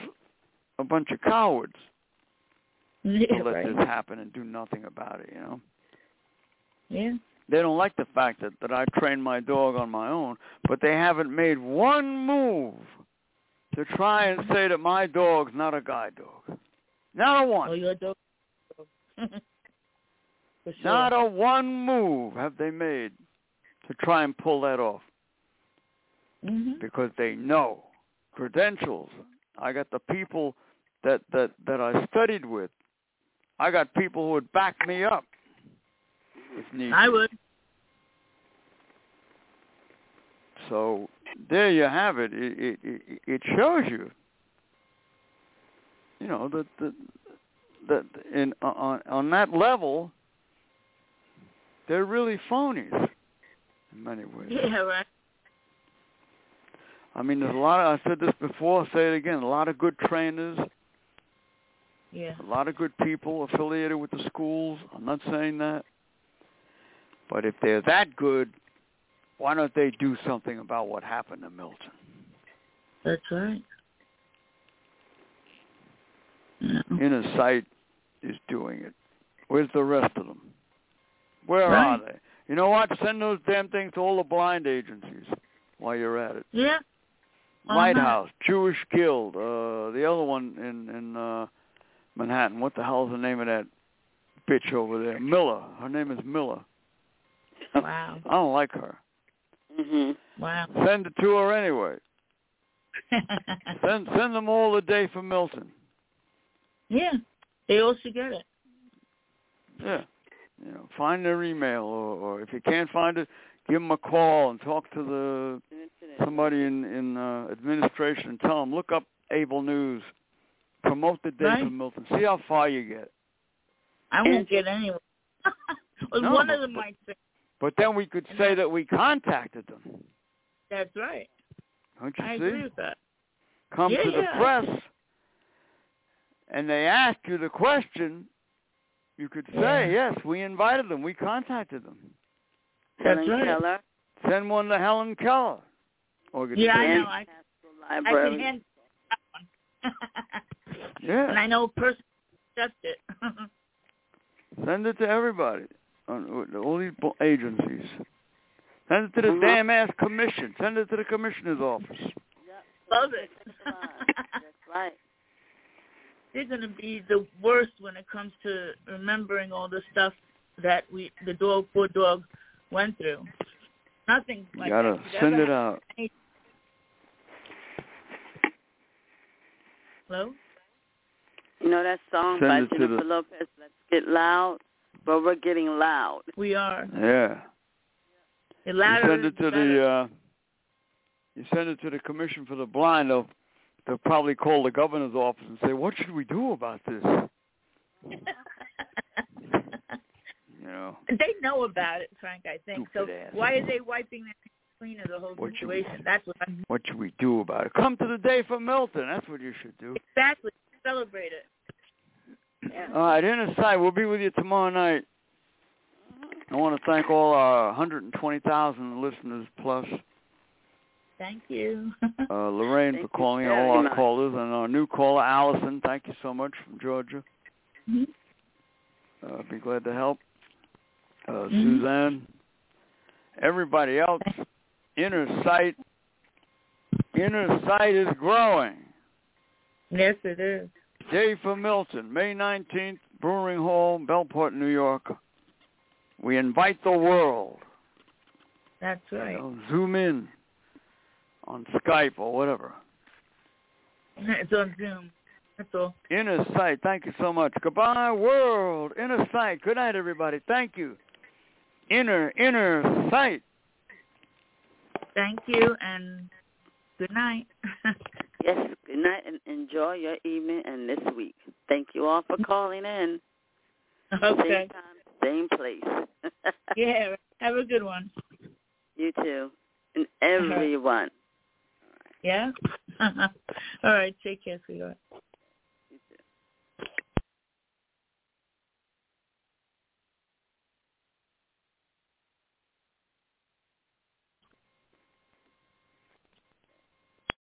Speaker 2: a bunch of cowards to
Speaker 3: Yeah,
Speaker 2: let
Speaker 3: right.
Speaker 2: this happen and do nothing about it, you know.
Speaker 3: Yeah.
Speaker 2: They don't like the fact that, that I trained my dog on my own, but they haven't made one move to try and say that my dog's not a guide dog. Not a
Speaker 3: Oh,
Speaker 2: one.
Speaker 3: you're a dog. (laughs) For sure.
Speaker 2: Not a one move have they made to try and pull that off
Speaker 3: Mhm.
Speaker 2: because they know credentials. I got the people that that that I studied with. I got people who would back me up if need.
Speaker 3: I
Speaker 2: be.
Speaker 3: would. (laughs)
Speaker 2: So there you have it. It it, it, it shows you, you know, that that that in on on that level, they're really phonies in many ways.
Speaker 3: Yeah, right.
Speaker 2: I mean, there's a lot. Of, I said this before. I'll say it again. A lot of good trainers,
Speaker 3: Yeah.
Speaker 2: a lot of good people affiliated with the schools. I'm not saying that, but if they're that good, why don't they do something about what happened to Milton?
Speaker 3: That's right. Yeah.
Speaker 2: Inner Sight is doing it. Where's the rest of them? Where are they? You know what? Send those damn things to all the blind agencies while you're at it.
Speaker 3: Yeah. Uh-huh.
Speaker 2: Lighthouse, Jewish Guild, uh, the other one in in uh, Manhattan. What the hell's the name of that bitch over there? Miller. Her name is Miller.
Speaker 3: Wow.
Speaker 2: I don't like her.
Speaker 4: Mhm.
Speaker 3: Wow. (laughs)
Speaker 2: Send it to her anyway. Send send them all a day for Milton.
Speaker 3: yeah. They all should get it.
Speaker 2: Yeah. You know, find their email, or, or if you can't find it, give them a call and talk to the somebody in in uh, administration and tell them look up Able News, promote the day for
Speaker 3: Right.
Speaker 2: Milton, see how far you get.
Speaker 3: I won't get (laughs) anyone. well,
Speaker 2: No,
Speaker 3: one
Speaker 2: but-
Speaker 3: of them might say,
Speaker 2: But then we could say that we contacted them.
Speaker 3: that's right.
Speaker 2: Don't you
Speaker 3: I
Speaker 2: see?
Speaker 3: agree with that.
Speaker 2: Come
Speaker 3: Yeah,
Speaker 2: to the
Speaker 3: yeah.
Speaker 2: press, and they ask you the question. You could say, yes, we invited them, we contacted them.
Speaker 4: Helen
Speaker 3: That's right.
Speaker 4: Keller,
Speaker 2: Send one to Helen Keller. Or you could
Speaker 3: Yeah, I
Speaker 2: say-
Speaker 3: know. I, I
Speaker 4: library.
Speaker 3: can handle that one. (laughs)
Speaker 2: Yeah.
Speaker 3: and I know a person who accepts it. (laughs)
Speaker 2: Send it to everybody, on all these bo- agencies. Send it to the
Speaker 4: Mhm.
Speaker 2: damn ass commission. Send it to the commissioner's office.
Speaker 3: Love it.
Speaker 4: That's right.
Speaker 3: (laughs) They're going to be the worst when it comes to remembering all the stuff that we, the dog, poor dog, went through. Nothing
Speaker 2: You
Speaker 3: like
Speaker 2: gotta
Speaker 3: that. could
Speaker 2: send
Speaker 3: ever
Speaker 2: it out.
Speaker 3: Hello?
Speaker 4: You know that song
Speaker 2: Send
Speaker 4: by
Speaker 2: it to
Speaker 4: Jennifer
Speaker 2: the-
Speaker 4: Lopez, Let's Get Loud? But we're getting loud.
Speaker 3: We are.
Speaker 2: Yeah.
Speaker 3: The
Speaker 2: You
Speaker 3: ladder
Speaker 2: send
Speaker 3: is
Speaker 2: it to
Speaker 3: better.
Speaker 2: the uh, you send it to the commission for the blind. They'll they'll probably call the governor's office and say, "What should we do about this?" uh, You know,
Speaker 3: (laughs) they know about it, Frank. I think so.
Speaker 2: Stupid ass.
Speaker 3: Why are they wiping their hands clean of the whole
Speaker 2: What you-
Speaker 3: situation? That's what I'm
Speaker 2: what should we do about it? Come to the day for Milton. That's what you should do.
Speaker 3: exactly celebrate it.
Speaker 2: All right, Inner Sight, we'll be with you tomorrow night. I want to thank all our 120,000 listeners plus
Speaker 3: Thank you.
Speaker 2: uh, Lorraine
Speaker 4: Thank
Speaker 2: for
Speaker 4: you
Speaker 2: calling
Speaker 4: very
Speaker 2: all our
Speaker 4: much.
Speaker 2: callers and our new caller Allison. Thank you so much from Georgia.
Speaker 3: Mhm.
Speaker 2: Uh, be glad to help. Uh,
Speaker 3: Mhm.
Speaker 4: Mm-hmm.
Speaker 2: Suzanne, everybody else, Inner Sight, Inner Sight is growing.
Speaker 3: (laughs) yes, it is.
Speaker 2: Day for Milton, May 19th, Brewing Hall, Bellport, New York. We invite the world.
Speaker 3: That's right.
Speaker 2: know, zoom in on Skype or whatever.
Speaker 3: (laughs) It's on Zoom. That's all.
Speaker 2: Inner Sight, thank you so much. Goodbye, world. Inner Sight. Good night, everybody. Thank you. Inner, inner sight.
Speaker 3: Thank you and good night.
Speaker 4: (laughs)
Speaker 3: (laughs)
Speaker 4: Yes, good night and enjoy your evening and this week. Thank you all for calling in. Same
Speaker 3: okay.
Speaker 4: time, same place. (laughs)
Speaker 3: Yeah. Have a good one.
Speaker 4: You too. And everyone.
Speaker 3: Yeah. (laughs) all right. Take care, sweetheart.